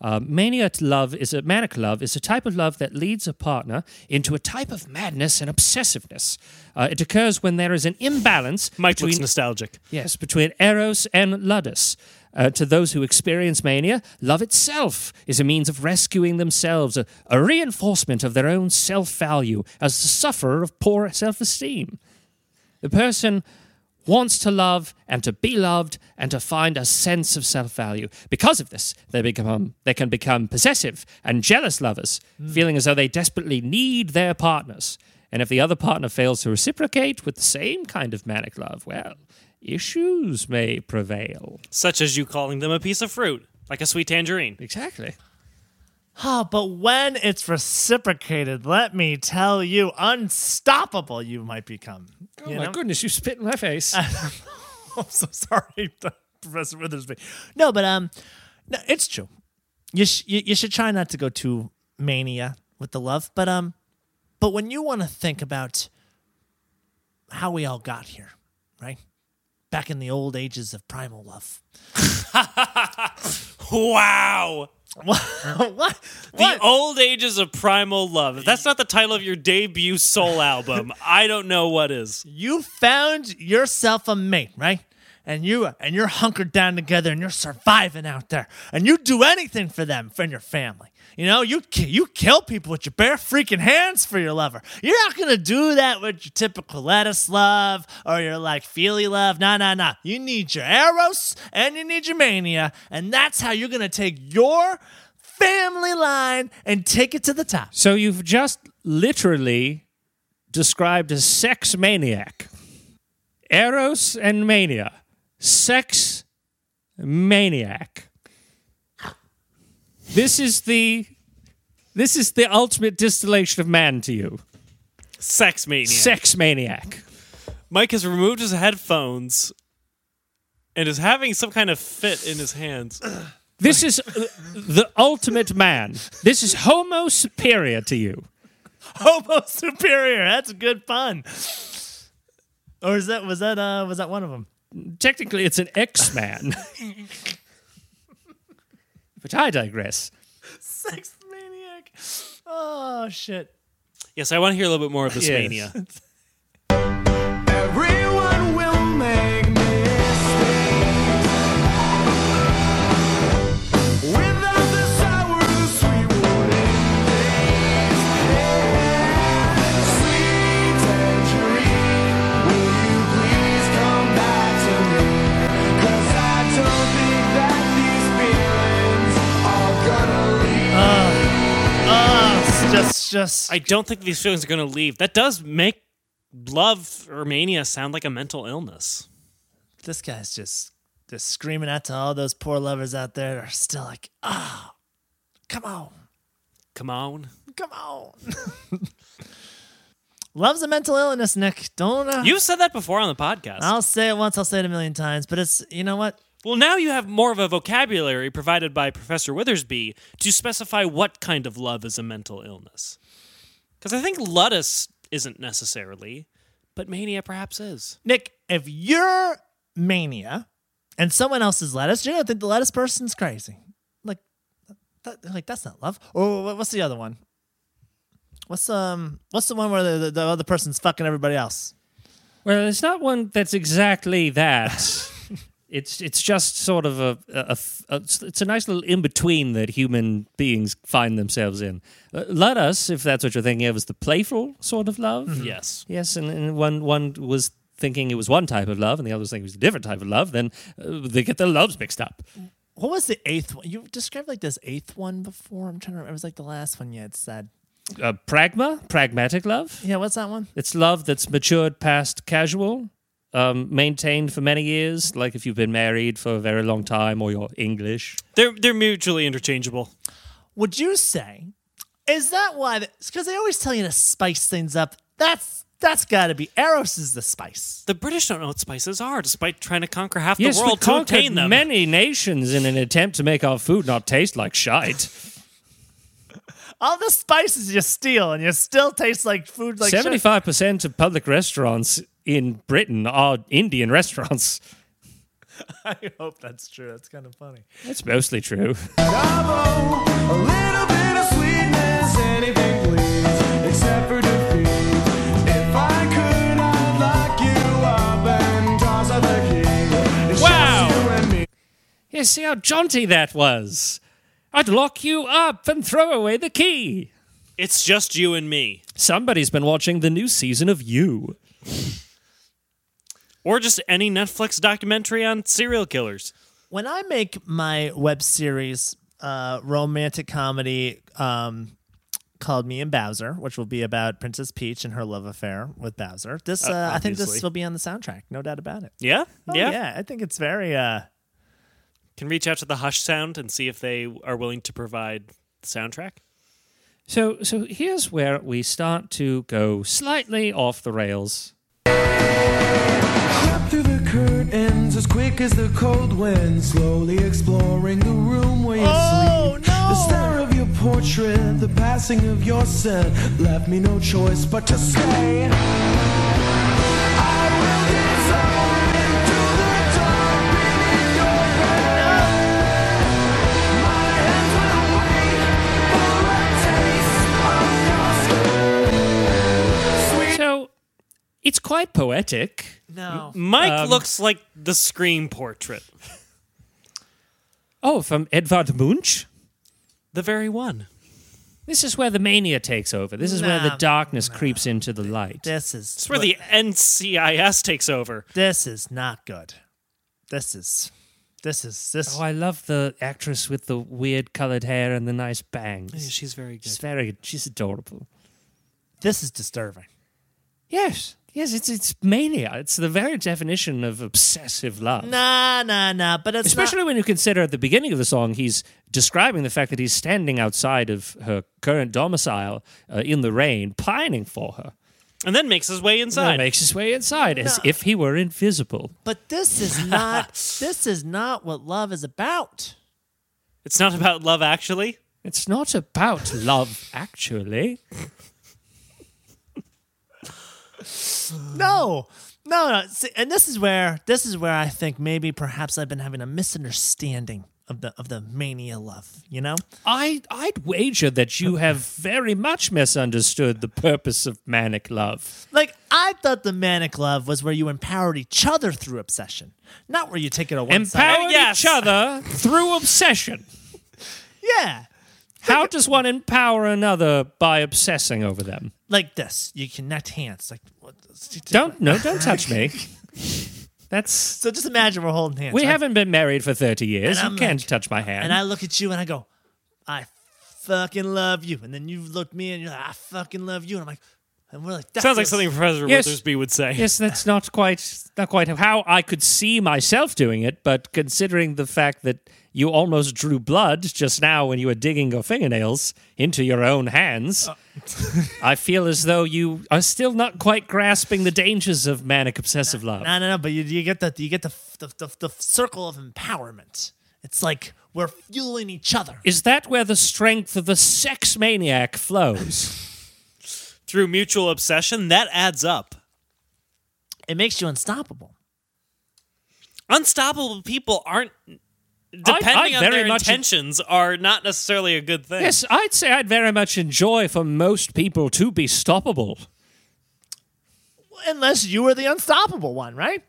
Uh, mania to love is a manic love is a type of love that leads a partner into a type of madness and obsessiveness. Uh, it occurs when there is an imbalance Mike between looks nostalgic. Yes, between Eros and Ludus. Uh, to those who experience mania, love itself is a means of rescuing themselves, a, a reinforcement of their own self value as the sufferer of poor self esteem. The person wants to love and to be loved and to find a sense of self value. Because of this, they, become, they can become possessive and jealous lovers, feeling as though they desperately need their partners. And if the other partner fails to reciprocate with the same kind of manic love, well, issues may prevail. Such as you calling them a piece of fruit, like a sweet tangerine. Exactly. Oh, but when it's reciprocated, let me tell you, unstoppable you might become. Oh my goodness, you spit in my face. I'm so sorry, Professor Witherspoon. No, but um, no, it's true. You, sh- you you should try not to go too mania with the love, but um, but when you want to think about how we all got here, right? Back in the old ages of primal love. Wow. what? What? The old ages of primal love. If that's not the title of your debut soul album, I don't know what is. you found yourself a mate, right? And you and you're hunkered down together and you're surviving out there. And you do anything for them and your family. You know, you ki- you kill people with your bare freaking hands for your lover. You're not gonna do that with your typical lettuce love or your like feely love. Nah, nah, nah. You need your eros and you need your mania, and that's how you're gonna take your family line and take it to the top. so you've just literally described a sex maniac. Eros and mania. Sex maniac. This is the this is the ultimate distillation of man to you. Sex mania. Sex maniac. Mike has removed his headphones and is having some kind of fit in his hands. This is uh, the ultimate man. This is homo superior to you. Homo Superior. That's good fun. Or is that was that uh was that one of them? technically it's an X-Man. but I digress. Sex maniac. Oh shit. Yes, I want to hear a little bit more of this Yes. mania. Everyone will make mistakes. Without the sour, sweet warning days, yeah. Sweet tangerine, will you please come back to me? 'Cause I don't think that these feelings are gonna leave. Oh, just just I don't think these feelings are going to leave. That does make love or mania sound like a mental illness. this guy's just just screaming out to all those poor lovers out there that are still like, ah, come on, Come on. come on. Love's a mental illness, Nick. Don't uh, You've said that before on the podcast. I'll say it once, I'll say it a million times, but it's you know what? Well, now you have more of a vocabulary provided by Professor Withersby to specify what kind of love is a mental illness. Because I think ludus isn't necessarily, but mania perhaps is. Nick, if your mania and someone else's lettuce, you're gonna think the lettuce person's crazy. Like, that, like that's not love. Or wha- what's the other one? What's um? What's the one where the, the, the other person's fucking everybody else? Well, it's not one that's exactly that. it's it's just sort of a, a- a f- a- it's- it's a nice little in between that human beings find themselves in. Uh, Let us, if that's what you're thinking of, is the playful sort of love. Yes. Yes, and, and one one was thinking it was one type of love, and the other was thinking it was a different type of love. Then uh, they get their loves mixed up. What was the eighth one? You described like this eighth one before. I'm trying to remember. It was like the last one you had said. Uh, pragma, pragmatic love. Yeah, what's that one? It's love that's matured past casual, um, maintained for many years. Like if you've been married for a very long time, or you're English. They're they're mutually interchangeable. Would you say is that why? Because they always tell you to spice things up. That's that's got to be Eros is the spice. The British don't know what spices are, despite trying to conquer half yes, the world we to conquered obtain them. many nations in an attempt to make our food not taste like shite. All the spices you steal, and you still taste like food. Like shit. Seventy-five percent of public restaurants in Britain are Indian restaurants. I hope that's true. That's kind of funny. That's mostly true. Bravo, a little bit of sweetness, anything please, except for defeat. If I could, I'd lock you up and toss out the key. It's Wow. just you and me. You see how jaunty that was? I'd lock you up and throw away the key. It's just you and me, Somebody's been watching the new season of You. or just any Netflix documentary on serial killers. When I make my web series, uh, romantic comedy um, called Me and Bowser, which will be about Princess Peach and her love affair with Bowser. This, uh, I think, this obviously. will be on the soundtrack. No doubt about it. Yeah? Oh, yeah, yeah. I think it's very. Uh, Can reach out to the Hush Sound and see if they are willing to provide the soundtrack. So, so here's where we start to go slightly off the rails. Crept through the curtains as quick as the cold wind, slowly exploring the room where you Oh, sleep. no. The stare of your portrait, the passing of your scent, left me no choice but to say. I will dissolve into the dark beneath your hand. My hands will wait for a taste of your skin. Sweet So, it's quite poetic. no. Mike Um, looks like the Scream portrait, Oh, from Edvard Munch? the very one. This is where the mania takes over. This is where Nah, the darkness creeps into the light. This is. It's where the NCIS takes over. This is not good. This is. This is. This. Oh, I love the actress with the weird colored hair and the nice bangs. She's very good. She's very, she's adorable. this is disturbing. Yes, yes, it's it's mania. It's the very definition of obsessive love. Nah, nah, nah. But it's not- Especially when you consider at the beginning of the song, he's describing the fact that he's standing outside of her current domicile uh, in the rain, pining for her. And then makes his way And he inside. makes his way inside as if he were invisible. But this is not this is not what love is about. it's not about love, actually. It's not about love, actually. No. No, no. See, and this is where this is where I think maybe perhaps I've been having a misunderstanding of the of the mania love, you know? I I'd wager that you have very much misunderstood the purpose of manic love. Like I thought the manic love was where you empowered each other through obsession, not where you take it a one Empower side. yes. each other through obsession. Yeah. How does one empower another by obsessing over them? Like this. You connect hands. Like what Don't no, don't touch me. That's So just imagine we're holding hands. we right? haven't been married for thirty years. And You I'm can't like- touch my hand. And I look at you and I go, I fucking love you. And then you look me and you're like, I fucking love you. And I'm like, and we're like, that Sounds like feels- something Professor Yes. Withersby would say. yes, that's not quite not quite how I could see myself doing it. But considering the fact that you almost drew blood just now when you were digging your fingernails into your own hands, Uh. I feel as though you are still not quite grasping the dangers of manic obsessive love. No, no, no. But you, you get the you get the the, the the circle of empowerment. It's like we're fueling each other. Is that where the strength of the sex maniac flows? Through mutual obsession, that adds up. It makes you unstoppable. unstoppable people aren't depending on very their much- intentions are not necessarily a good thing. Yes, I'd say I'd very much enjoy for most people to be stoppable. Unless you were the unstoppable one, right?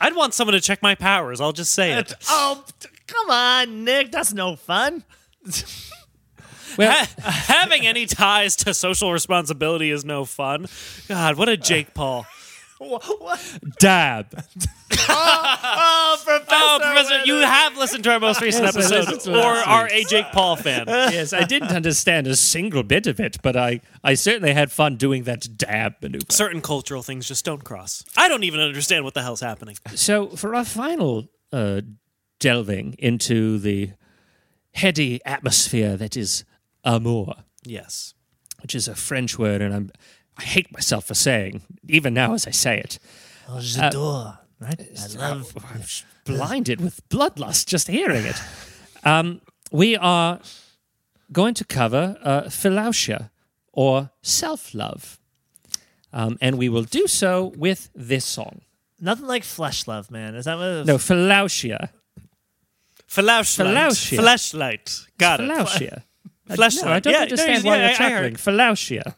I'd want someone to check my powers. I'll just say it. Oh, t- come on, Nick. That's no fun. Well, Having any ties to social responsibility is no fun. God, what a Jake Paul. Wha- what? dab. Oh, Professor. Oh, Professor, you have listened to our most recent Yes, I listened episode to or last are a Jake Paul fan. yes, I didn't understand a single bit of it, but I, I certainly had fun doing that dab maneuver. Certain cultural things just don't cross. I don't even understand what the hell's happening. So, for our final uh, delving into the heady atmosphere that is amour, Yes. which is a French word, and I'm, I hate myself for saying, even now as I say it. Oh, Uh, j'adore, right? I love. I'm just blinded with bloodlust just hearing it. Um, we are going to cover uh, philautia or self love. Um, and we will do so with this song. Nothing like flesh love, man. Is that what? No, philautia. Flashlight. Flashlight. Flashlight. Got it. Philautia. I- Flashlight. No, I don't Yeah, no, understand yeah, why I- you're I chuckling. Philautia.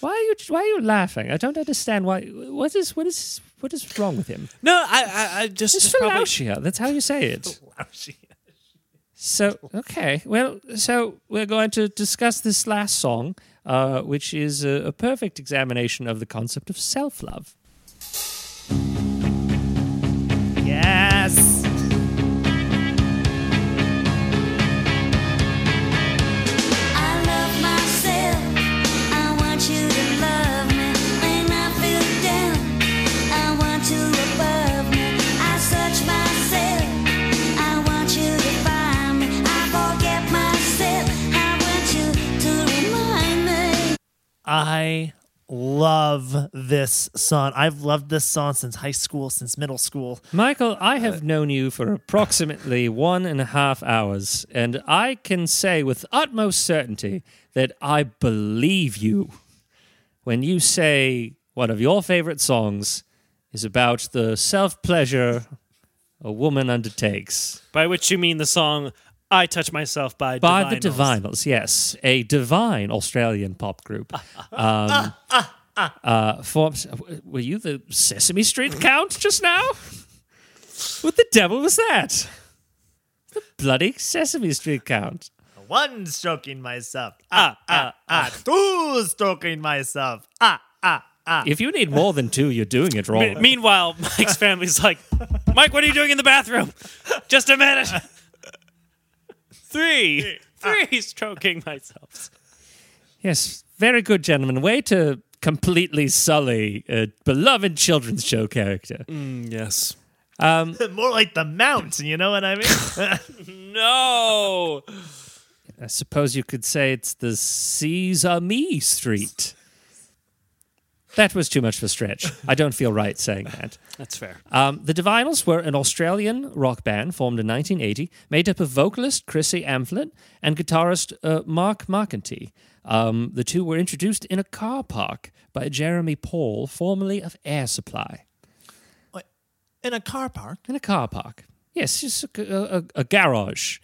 Why are you why are you laughing? I don't understand why what is what is what is wrong with him? No, I, I, I just. It's just probably- philautia. That's how you say it. So okay, well, so we're going to discuss this last song, uh, which is a, a perfect examination of the concept of self-love. Yes. I love myself. I want you to love me. When I feel down, I want you above me. I search myself. I want you to find me. I forget myself. I want you to remind me. I love this song. I've loved this song since high school, since middle school. Michael, I have known you for approximately one and a half hours, and I can say with utmost certainty that I believe you when you say one of your favorite songs is about the self-pleasure a woman undertakes. By which you mean the song I Touch Myself by by Divinals. the Divinals, yes, a divine Australian pop group. Um, uh, forms- were you the Sesame Street count just now? What the devil was that? The bloody Sesame Street count. One stroking myself. Ah, ah, ah. Two stroking myself. Ah, ah, ah. If you need more than two, you're doing it Me- wrong. Meanwhile, Mike's family's like, Mike, what are you doing in the bathroom? Just a minute. Three. Three stroking myself. Yes, very good, gentlemen. Way to completely sully a beloved children's show character. Yes. More like the mount, you know what I mean? No. I suppose you could say it's the Caesar Me Street. That was too much of a stretch. I don't feel right saying that. That's fair. Um, the Divinals were an Australian rock band formed in 1980, made up of vocalist Chrissy Amphlett and guitarist uh, Mark Marcanty. Um, the two were introduced in a car park by Jeremy Paul, formerly of Air Supply. Wait, In a car park, In a car park. Yes, just a, a- a- a garage.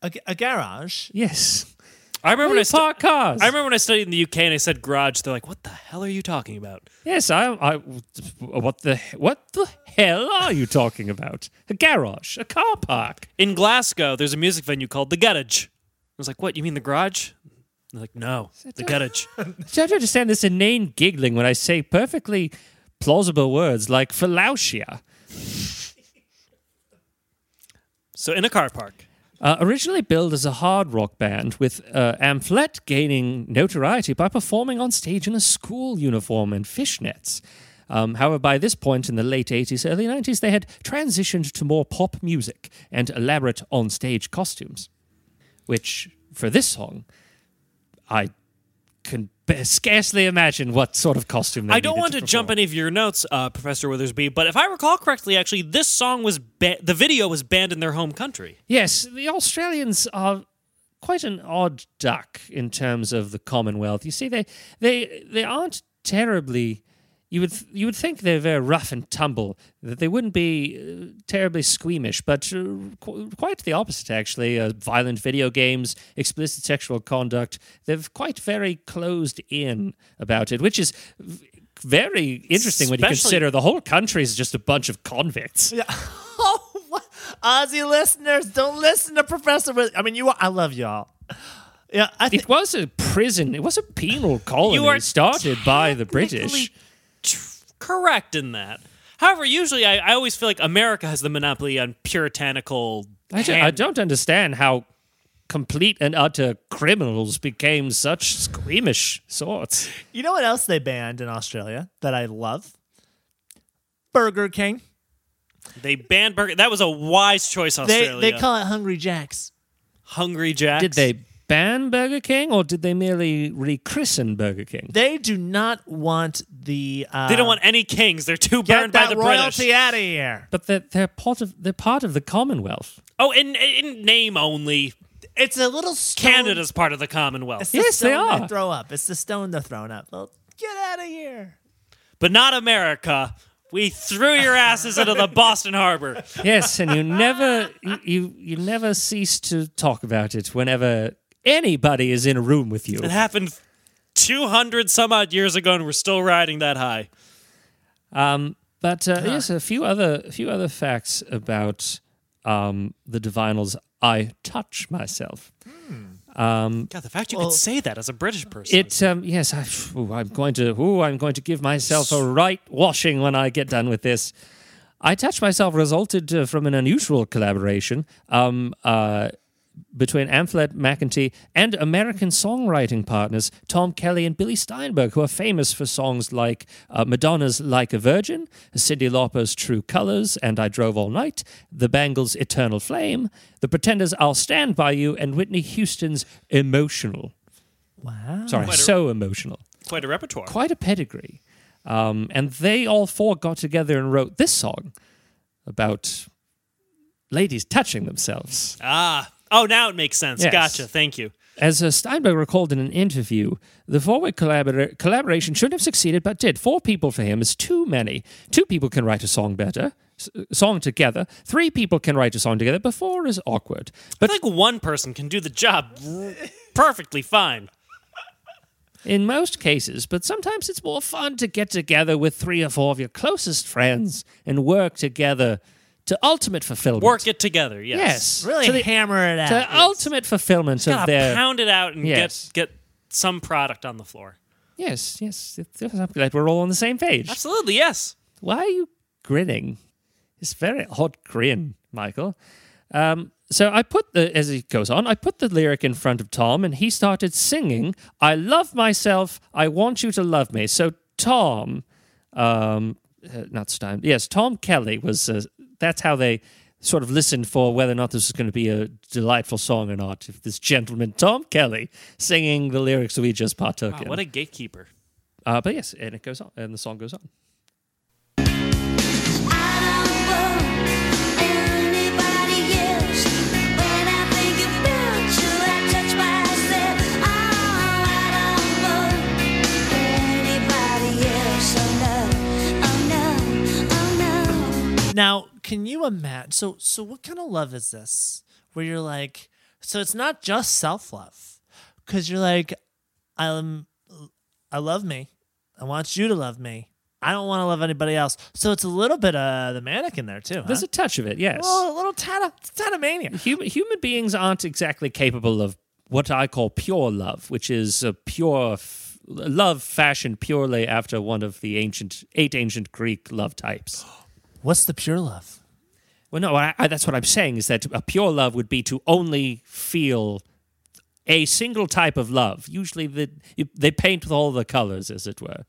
a, g- a garage. Yes. I remember when I They stu- park cars. I remember when I studied in the UK and I said garage. They're like, "What the hell are you talking about?" Yes, I, I. What the what the hell are you talking about? A garage, a car park. In Glasgow, there's a music venue called the Garage. I was like, "What? You mean the garage?" They're like, "No, the Garage." Don't you understand this inane giggling when I say perfectly plausible words like philautia? so in a car park. Uh, originally billed as a hard rock band, with uh, Amphlette gaining notoriety by performing on stage in a school uniform and fishnets. Um, however, by this point in the late 80s, early 90s, they had transitioned to more pop music and elaborate on stage costumes, which for this song, I can ba- scarcely imagine what sort of costume they I don't needed want to, jump perform. any of your notes, uh, Professor Withersby, but if I recall correctly, actually, this song was ba- the video was banned in their home country. Yes, the Australians are quite an odd duck in terms of the Commonwealth. You see, they they they aren't terribly you would you would think they're very rough and tumble, that they wouldn't be uh, terribly squeamish, but uh, qu- quite the opposite actually. Uh, violent video games, explicit sexual conduct, they're quite very closed in about it, which is v- very interesting when you Especially- consider the whole country is just a bunch of convicts. Yeah. Oh, what? Aussie listeners, don't listen to Professor. Wi- I mean, you. I love y'all. Yeah, I think It was a prison. It was a penal You are colony started by the technically British. tr- correct in that. However, usually I, I always feel like America has the monopoly on puritanical. I don't, I don't understand how complete and utter criminals became such squeamish sorts. you know what else they banned in Australia that I love. Burger King. They banned burger. That was a wise choice, They Australia. they call it Hungry Jacks. Hungry Jacks. Did they ban Burger King or did they merely rechristen Burger King? They do not want the. Uh, They don't want any kings. They're too get burned by that the royalty British. out of here. But they're, they're, part of, they're part of the Commonwealth. Oh, in, in name only. It's a little stone. Canada's part of the Commonwealth, It's the Yes, they stone are. throw up. It's the stone they're throwing up. Well, get out of here. but not America. We threw your asses into the Boston Harbor. Yes, and you never you, you you never cease to talk about it whenever anybody is in a room with you. It happened 200 some odd years ago, and we're still riding that high. But uh, yes, a few other a few other facts about um, the Divinals. I touch myself. God, the fact you could say that as a British person. It um, yes, I, ooh, I'm going to ooh, I'm going to give myself a right washing when I get done with this. I touch myself resulted uh, from an unusual collaboration um, uh, between Amphlett McEntee and American songwriting partners Tom Kelly and Billy Steinberg, who are famous for songs like uh, Madonna's "Like a Virgin," Cyndi Lauper's "True Colors," and "I Drove All Night," The Bangles' "Eternal Flame," The Pretenders' "I'll Stand by You," and Whitney Houston's "Emotional." Wow. Sorry, Quite a- so emotional. Quite a repertoire. Quite a pedigree. Um, and they all four got together and wrote this song about ladies touching themselves. ah. Oh, now it makes sense. Yes. Gotcha. Thank you. As uh, Steinberg recalled in an interview, the four-way collabora- collaboration should have succeeded, but did. Four people for him is too many. Two people can write a song better, s- song together. Three people can write a song together, but four is awkward. I think one person can do the job perfectly fine. in most cases, but sometimes it's more fun to get together with three or four of your closest friends and work together to ultimate fulfillment. Work it together. Yes. yes, Really to the, hammer it out. to the ultimate fulfillment of Gotta their. pound it out and Yes. get get some product on the floor. Yes, yes, it- I'm glad we're all on the same page. Absolutely. Yes. Why are you grinning? It's a very odd grin, Michael. Um, so I put the as he goes on, I put the lyric in front of Tom, and he started singing. I love myself. I want you to love me. So Tom, um, uh, not Stein, yes, Tom Kelly was. Uh, that's how they sort of listened for whether or not this was going to be a delightful song or not. If this gentleman Tom Kelly singing the lyrics we just partook Wow, in. Ah, what a gatekeeper. uh, but yes, and it goes on, and the song goes on. I don't want anybody else. When I think about you, I touch myself. Oh, I don't want anybody else. Oh no, oh no, oh no. Now, can you imagine? So, so what kind of love is this? Where you're like, so it's not just self love, because you're like, I'm, I love me. I want you to love me. I don't want to love anybody else. So it's a little bit of the manic in there too. There's huh? a touch of it, yes. oh, a little tad of, tad of mania. human, human beings aren't exactly capable of what I call pure love, which is a pure f- love fashioned purely after one of the ancient eight ancient Greek love types. What's the pure love? Well, no, I, I, that's what I'm saying is that a pure love would be to only feel a single type of love. Usually, the, you, they paint with all the colors, as it were.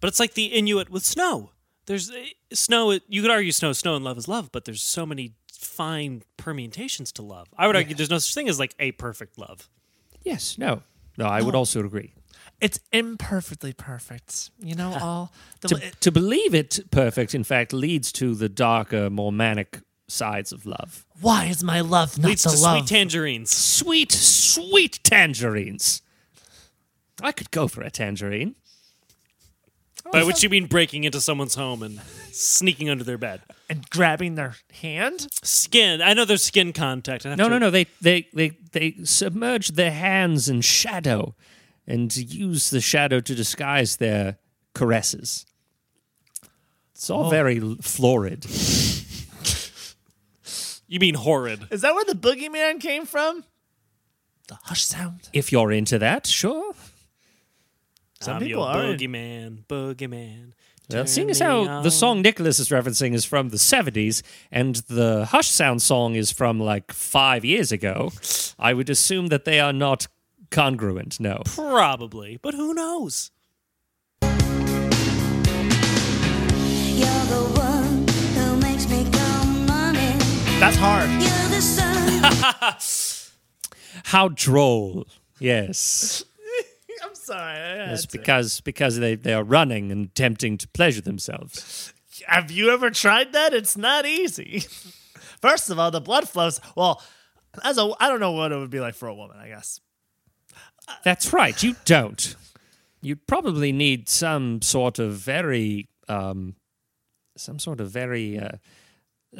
But it's like the Inuit with snow. There's eh, snow. You could argue snow, is snow, and love is love. But there's so many fine permutations to love. I would argue there's no such thing as like a perfect love. Yes, no, no, I would also agree. It's imperfectly perfect. You know all. The, To, to believe it perfect, in fact, leads to the darker, more manic sides of love. why is my love not Leads the to love? sweet tangerines. sweet, sweet tangerines. I could go for a tangerine. By which you mean breaking into someone's home and sneaking under their bed. and grabbing their hand. Skin. I know there's skin contact. I have No, to- no, no. They they they they submerge their hands in shadow, and use the shadow to disguise their caresses. It's Oh. all very l- florid. You mean horrid. Is that where the boogeyman came from? The hush sound. If you're into that, sure. Some I'm people your are. boogeyman, boogeyman. Well, seeing as Turn how me the on. song Nicholas is referencing is from the 70s and the Hush Sound song is from like five years ago, I would assume that they are not congruent, no. Probably, but who knows? You're the one who makes me go morning. That's hard. You're the sun. How droll. Yes. I'm sorry. I had It's to. because because they, they are running and attempting to pleasure themselves. Have you ever tried that? It's not easy. First of all, the blood flows. Well, as a, I don't know what it would be like for a woman. I guess That's right, you don't. You'd probably need some sort of very um some sort of very uh,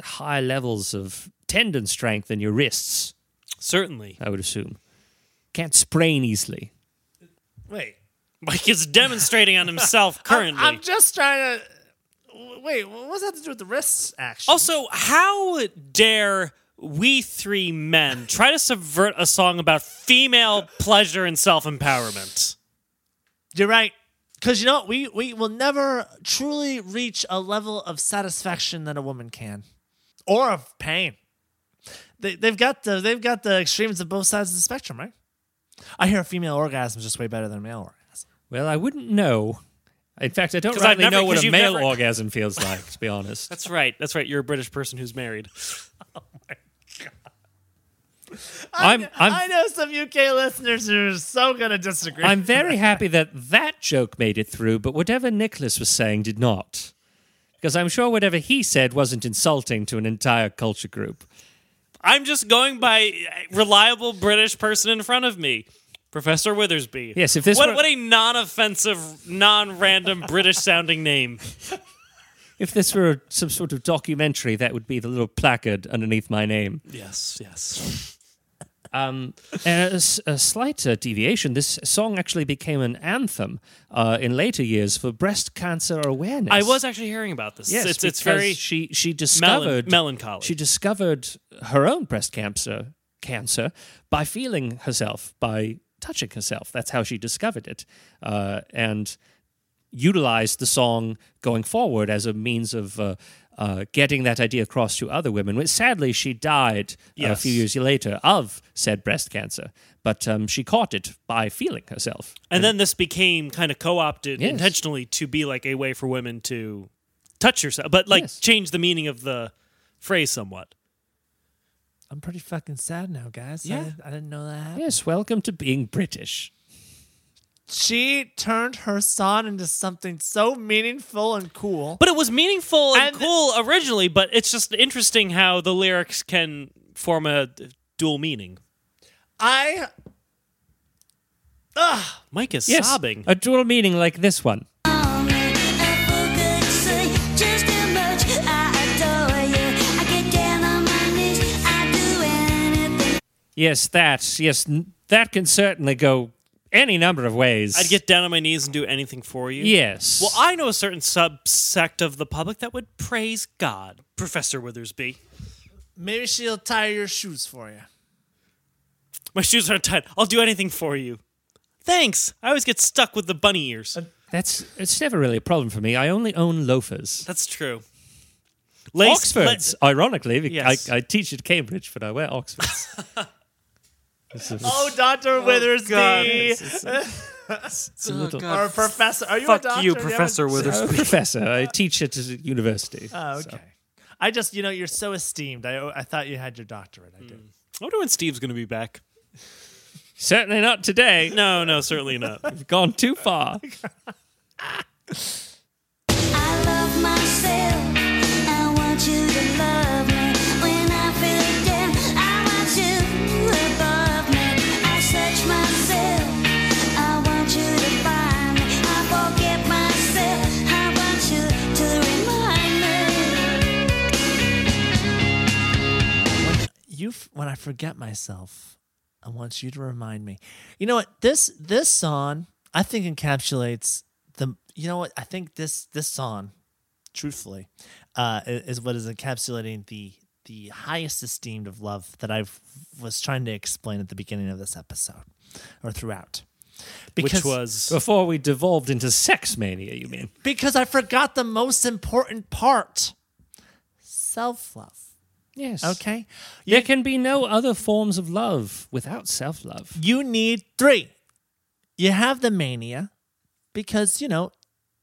high levels of tendon strength in your wrists. Certainly. I would assume. Can't sprain easily. Wait, Mike is demonstrating on himself I'm, currently. I'm just trying to. w- Wait, what does that have to do with the wrists action? Also, how dare we three men try to subvert a song about female pleasure and self empowerment? you're right. Because you know what? We, we will never truly reach a level of satisfaction that a woman can, or of pain. They, they've got the they've got the extremes of both sides of the spectrum, right? I hear female orgasm is just way better than male orgasm. Well, I wouldn't know. In fact, I don't 'Cause I've rightly never- know 'cause what a you've male never- orgasm feels like, to be honest. That's right. That's right. You're a British person who's married. I'm I I'm know some UK listeners who are so gonna disagree. I'm very happy that that joke made it through, but whatever Nicholas was saying did not. Because I'm sure whatever he said wasn't insulting to an entire culture group. I'm just going by reliable British person in front of me. Professor Withersby. Yes, if this what, were- what a non-offensive, non-random British-sounding name. If this were some sort of documentary, that would be the little placard underneath my name. Yes, yes. As a slight uh, deviation, this song actually became an anthem uh, in later years for breast cancer awareness. I was actually hearing about this. Yes, it's, it's because very she she discovered melancholy. She discovered her own breast cancer cancer by feeling herself by touching herself. That's how she discovered it, uh, and utilized the song going forward as a means of. Uh, uh, getting that idea across to other women. Which sadly, she died uh, a Yes. few years later of said breast cancer, but um, she caught it by feeling herself. and then this became kind of co-opted Yes. intentionally to be like a way for women to touch yourself, but like Yes. change the meaning of the phrase somewhat. I'm pretty fucking sad now, guys. Yeah. I, I didn't know that. happened. Yes, welcome to being British. She turned her song into something so meaningful and cool. But it was meaningful and, And- cool originally. But it's just interesting how the lyrics can form a d- dual meaning. I Mike is Yes, sobbing. a dual meaning like this one. Yes, that. Yes, n- that can certainly go any number of ways. I'd get down on my knees and do anything for you. Yes. Well, I know a certain subsect of the public that would praise God, Professor Withersby. maybe she'll tie your shoes for you. My shoes aren't tied. I'll do anything for you. Thanks. I always get stuck with the bunny ears. That's. It's never really a problem for me. I only own loafers. That's true. Lace, Oxfords, ironically. bec- Yes. I, I teach at Cambridge, but I wear Oxfords. It's a- Oh, Dr. Withersby. it's a- it's a little- Or professor. Are you a doctor? Do have a- I'm a professor. I teach at a university. Oh, okay. I just, you know, you're so esteemed. I, I thought you had your doctorate. I did. I wonder when Steve's going to be back. Certainly not today. No, no, certainly not. We've gone too far. I love myself. I want you to love me. When I feel down, I want you above me. I search myself. I want you to find me. I forget myself. Mm. I forget myself, I want you to remind me. You know what? This this song I think encapsulates the. You know what? I think this this song, truthfully, uh, i- is what is encapsulating the the highest esteemed of love that I was trying to explain at the beginning of this episode, or throughout. which was Before we devolved into sex mania, you mean? because I forgot the most important part: self love. Yes. Okay, There can be no other forms of love without self love. you need three. You have the mania because you know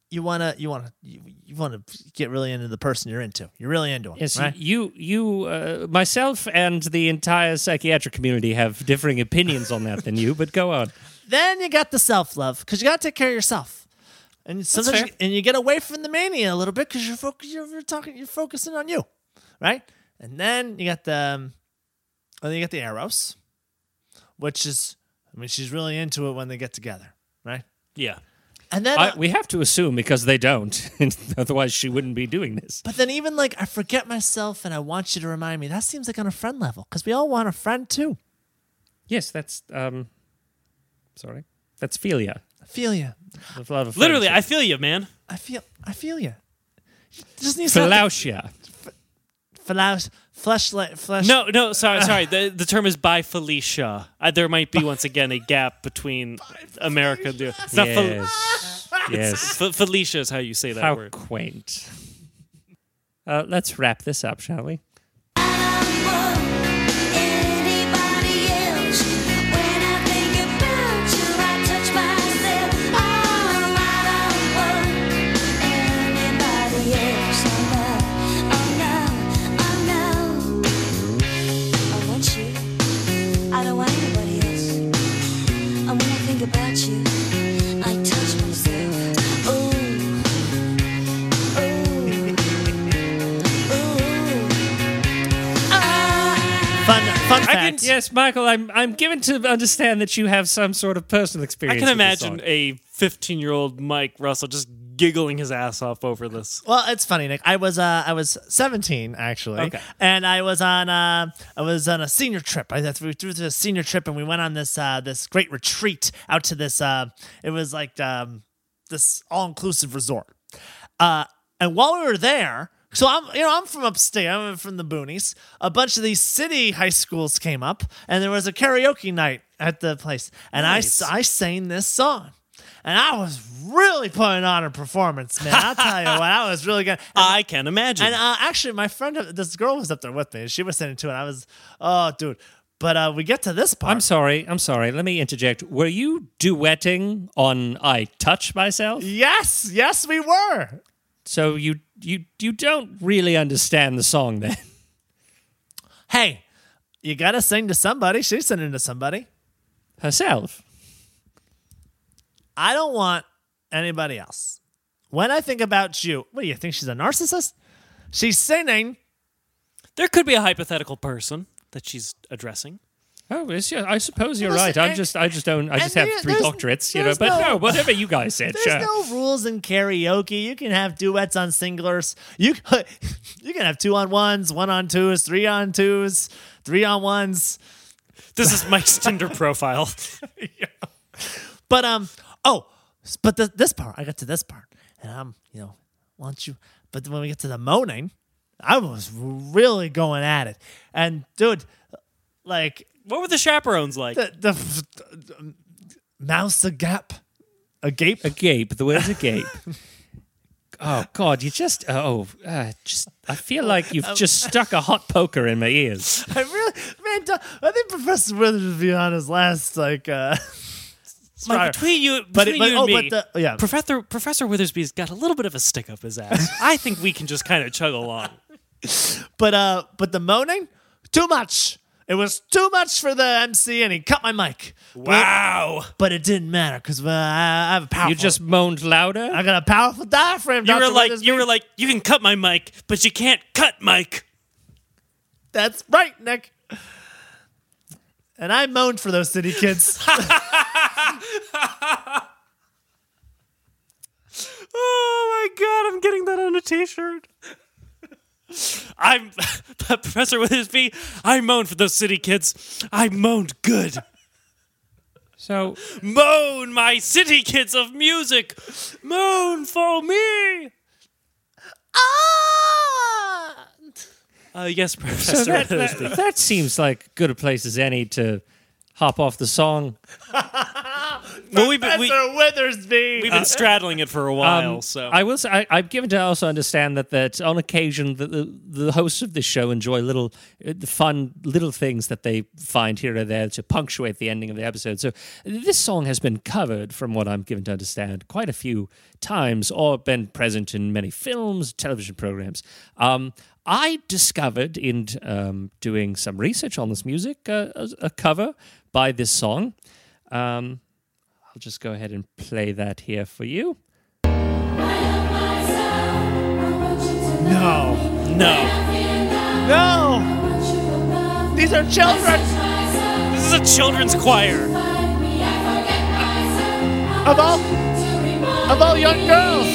you wanna you wanna you, you wanna get really into the person you're into. You're really into him, Yes, right? you, you, uh, myself, and the entire psychiatric community have differing opinions on that than you. But go on. then you got the self love because you gotta take care of yourself. And sometimes you, and you get away from the mania a little bit because you're, foc- you're you're talking you're focusing on you, right? And then you got the um, and then you got the eros, which is I mean she's really into it when they get together, right? yeah. And then I, we have to assume because they don't, otherwise she wouldn't be doing this. But then even like I forget myself and I want you to remind me. That seems like on a friend level because we all want a friend too. Yes, that's um, sorry, that's philia. I feel you. The love of Literally, I friendship. feel you, man. I feel. I feel you. Just needs Philautia. Flash. Fleshlight. Flesh. No, no, sorry, sorry. The the term is by Felicia. Uh, there might be once again a gap between America. and the- It's not Fel- Yes. yes. Fe- Felicia is how you say that How word. quaint. Uh, let's wrap this up, shall we? About you, I touch myself. Ooh, ooh, ooh. Fun. Fun fact. Yes, Michael. I'm I'm given to understand that you have some sort of personal I experience. can with this imagine song. a 15 year old Mike Russell just giggling his ass off over this. Well, it's funny, Nick. I was uh, I was 17 actually, Okay. and I was on uh, I was on a senior trip. I we through the senior trip, and we went on this uh, this great retreat out to this. Uh, it was like um, this all inclusive resort. Uh, and while we were there, so I'm you know I'm from upstate. I'm from the boonies. A bunch of these city high schools came up, and there was a karaoke night at the place, and I I sang this song. And I was really putting on a performance, man. I'll tell you what, I was really good. And, I can imagine. and, uh, actually, my friend, this girl was up there with me, and she was singing too. And I was, oh, dude. But uh, we get to this part. I'm sorry. I'm sorry. Let me interject. Were you duetting on "I Touch Myself"? yes, yes, we were. So you you you don't really understand the song then. Hey, you gotta sing to somebody. She's singing to somebody. Herself. I don't want anybody else. When I think about you, what do you think? She's a narcissist? She's singing. there could be a hypothetical person that she's addressing. Oh, it's yeah, I suppose you're Listen, right. I'm and- just I just don't I and just have there- three there's- doctorates, you know. there's But no, no- whatever you guys said, There's sure. no rules in karaoke. You can have duets on singlers. You c- you can have two on ones, one on twos, three on twos, three on ones. This is Mike's Tinder profile. But um, oh, s- but the, this part, I got to this part, and I'm, you know, want you. But when we get to the moaning, I was really going at it, and dude, like What were the chaperones like? the the, f- the mouse a gap, a gape. Agape. The word's agape. oh God, you just oh uh, just I feel Oh, like you've just stuck a hot poker in my ears. I really, man, do- I think Professor Withers would be on his last like. uh Mike, between you, between But it- but- you and oh, me, but the- yeah. Professor Professor Withersby's got a little bit of a stick up his ass. I think we can just kind of chug along. But uh, but the moaning, too much. It was too much for the MC, and he cut my mic. Wow, But it didn't matter because uh, I I have a powerful. You just moaned louder. I got a powerful diaphragm. you were Dr. like, Withersby. you were like, you can cut my mic, but you can't cut Mike. that's right, Nick. And I moaned for those city kids. Oh my god, I'm getting that on a t-shirt. I'm Professor Withersby. I moaned for those city kids. I moaned good. So Moan, my city kids of music. Moan for me. Ah! Uh, yes, Professor so that, Withersby. that, that seems like good a place as any to hop off the song. well, we've been, we, Professor Withersby. we've been straddling it for a Um, while, so I will say I, I'm given to also understand that that on occasion the, the, the hosts of this show enjoy little uh, fun little things that they find here or there to punctuate the ending of the episode. So this song has been covered, from what I'm given to understand, quite a few times or been present in many films, television programs. Um, I discovered in um, doing some research on this music uh, a, a cover by this song. Um, I'll just go ahead and play that here for you. no, no. no. These are children This is a children's choir. of all of all young girls.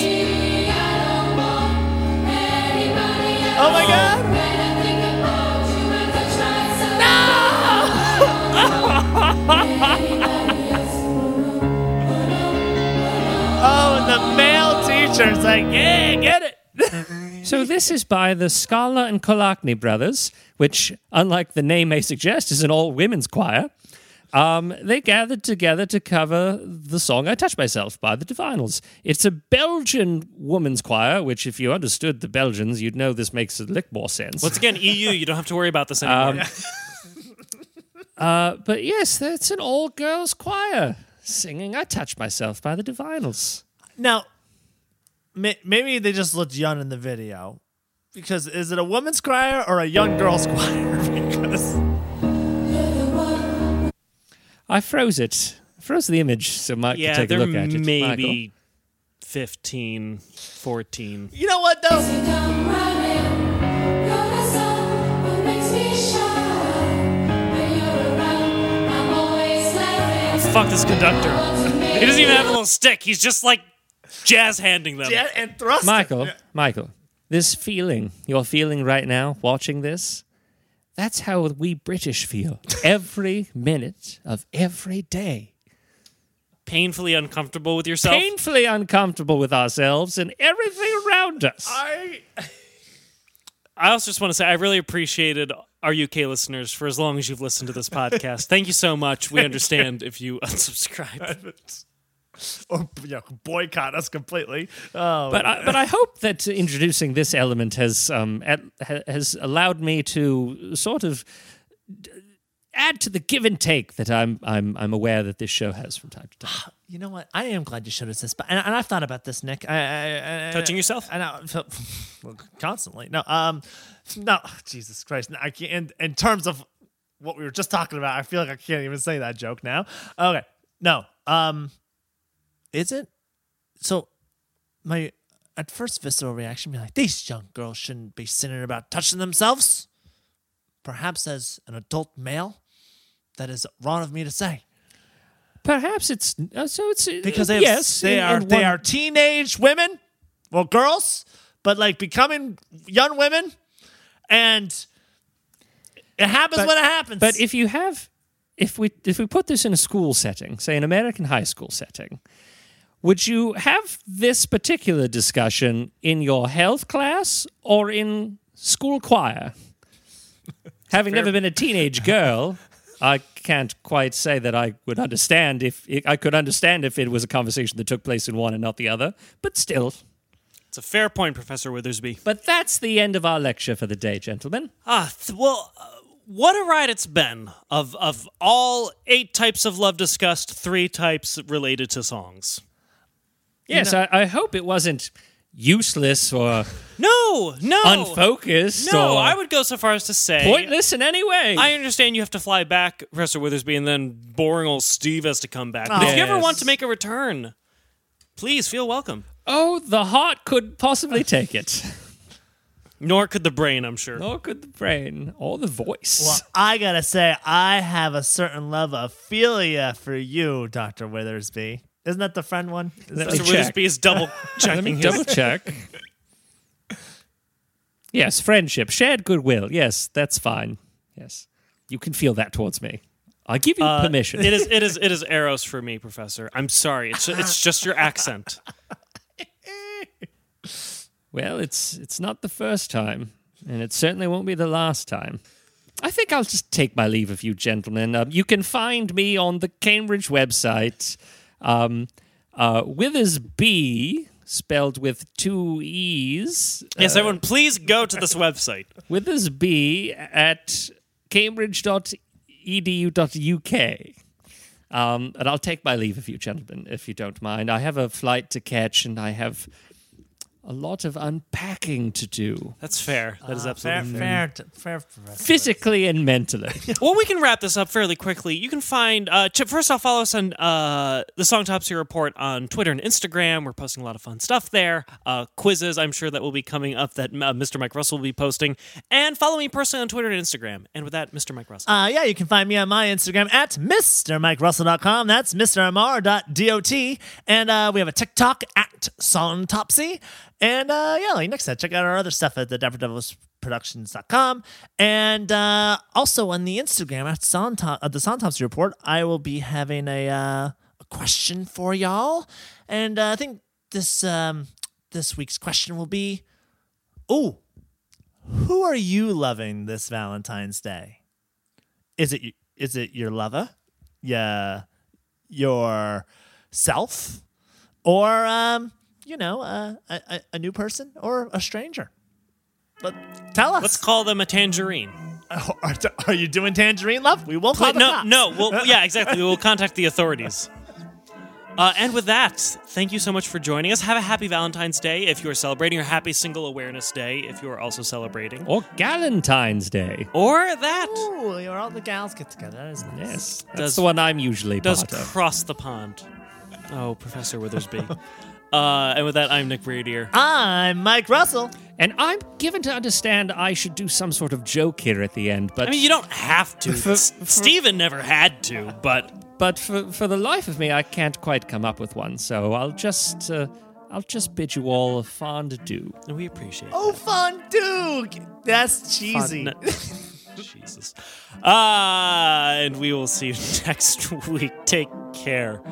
Oh my god! Oh, and the male teacher's like, yeah, get it. So this is by the Scala and Kolakni brothers, which, unlike the name may suggest, is an all-women's choir. Um, they gathered together to cover the song "I Touch Myself" by the Divinals. It's a Belgian woman's choir, which, if you understood the Belgians, you'd know this makes a lick more sense. Once again, EU, you don't have to worry about Um, this anymore. but yes, that's an all-girls choir singing "I Touch Myself" by the Divinals. Now, may- maybe they just looked young in the video. Because is it a woman's choir or a young girl's choir? because I froze it, froze the image, so Mike yeah, can take a they're look at it. maybe Michael. 15, 14. you know what though? Fuck this conductor. He doesn't even have a little stick. He's just like jazz handing them. Yeah, and thrust. Michael, Michael, this feeling you're feeling right now watching this, that's how we British feel every minute of every day. Painfully uncomfortable with yourself. Painfully uncomfortable with ourselves and everything around us. I I also just want to say I really appreciated our UK listeners for as long as you've listened to this podcast. Thank you so much. We understand if you unsubscribe. or you know, boycott us completely. Oh, but I, but I hope that introducing this element has um at, ha- has allowed me to sort of d- add to the give and take that I'm I'm I'm aware that this show has from time to time. you know what? I am glad you showed us this, but and, and I've thought about this, Nick. I, I, I, Touching yourself? I know well, constantly. No, um, no, Jesus Christ! No, I can't. In, in terms of what we were just talking about, I feel like I can't even say that joke now. Okay, no, um, is it? So, my at first visceral reaction be like, these young girls shouldn't be sinning about touching themselves. Perhaps as an adult male, that is wrong of me to say. Perhaps it's uh, so it's uh, because they have, yes they in- are in they one- are teenage women, well girls, but like becoming young women, and it happens when it happens. But if you have, if we if we put this in a school setting, say an American high school setting, would you have this particular discussion in your health class or in school choir? Having never been a teenage girl, I can't quite say that I would understand if I could understand if it was a conversation that took place in one and not the other. But still, It's a fair point, Professor Withersby. but that's the end of our lecture for the day, gentlemen. Ah, th- well, uh, what a ride it's been. Of of all eight types of love discussed, three types related to songs. Yes, I, I hope it wasn't useless or. No, no, unfocused Oh, No, or I would go so far as to say pointless in any way. I understand you have to fly back, Professor Withersby, and then boring old Steve has to come back. But if you ever Yes. want to make a return, please feel welcome. oh, the heart could possibly take it, Nor could the brain, I'm sure. nor could the brain or the voice. well, I gotta say, I have a certain love of philia for you, Doctor Withersby. Isn't that the friend one? Is that- me Professor check. Withersby is double Let me checking his double check. Yes, friendship, shared goodwill. Yes, that's fine. Yes, you can feel that towards me. I give you Uh, permission. It is it is it is Eros for me, Professor. I'm sorry. It's it's just your accent. Well, it's it's not the first time, and it certainly won't be the last time. I think I'll just take my leave of you, gentlemen. Um, you can find me on the Cambridge website. Um, uh, Withers B, spelled with two e's. uh, Yes, everyone, please go to this website. Withers B at E cambridge.edu.uk. Um, and I'll take my leave of you, gentlemen, if you don't mind. I have a flight to catch, and I have a lot of unpacking to do. That's fair. That is Fair, absolutely Uh, fair, fair. t- fair. Professor. physically and mentally. Well, we can wrap this up fairly quickly. You can find uh, ch- first off, follow us on uh, the Songtopsy Report on Twitter and Instagram. We're posting a lot of fun stuff there. Uh, quizzes, I'm sure that will be coming up. That uh, Mr. Mike Russell will be posting, and follow me personally on Twitter and Instagram. And with that, Mr. Mike Russell. Uh, yeah, you can find me on my Instagram at MrMikeRussell.com. That's MrMR.dot. And uh, we have a TikTok at Sontopsy. And uh, yeah, like Nick said, check out our other stuff at the productions.com and uh, also on the instagram at Sontop- uh, the sontopsy report i will be having a, uh, a question for y'all and uh, i think this um, this week's question will be oh who are you loving this valentine's day is it is it your lover yeah your self or um you know uh, a, a- a new person or a stranger but tell us Let's call them a tangerine. are, are you doing tangerine love we won't call Wait, the no, cops. no. Well, yeah, exactly. We will contact the authorities. Uh, and with that, thank you so much for joining us. Have a happy Valentine's Day if you are celebrating, or happy Single Awareness Day if you are also celebrating, or Galentine's Day. or that Ooh, you're all the gals get together that is nice Yes, that's Does- the one I'm usually does part of. cross the pond. Oh, Professor Withersby. uh, and with that, I'm Nick Bradier. Ah. i'm mike russell And I'm given to understand I should do some sort of joke here at the end, but I mean, you don't have to. S- Steven never had to, but but for for the life of me, I can't quite come up with one. So I'll just uh, I'll just bid you all a fond adieu. we appreciate it. oh fondue that's cheesy No- Jesus. Uh, and we will see you next week. Take care.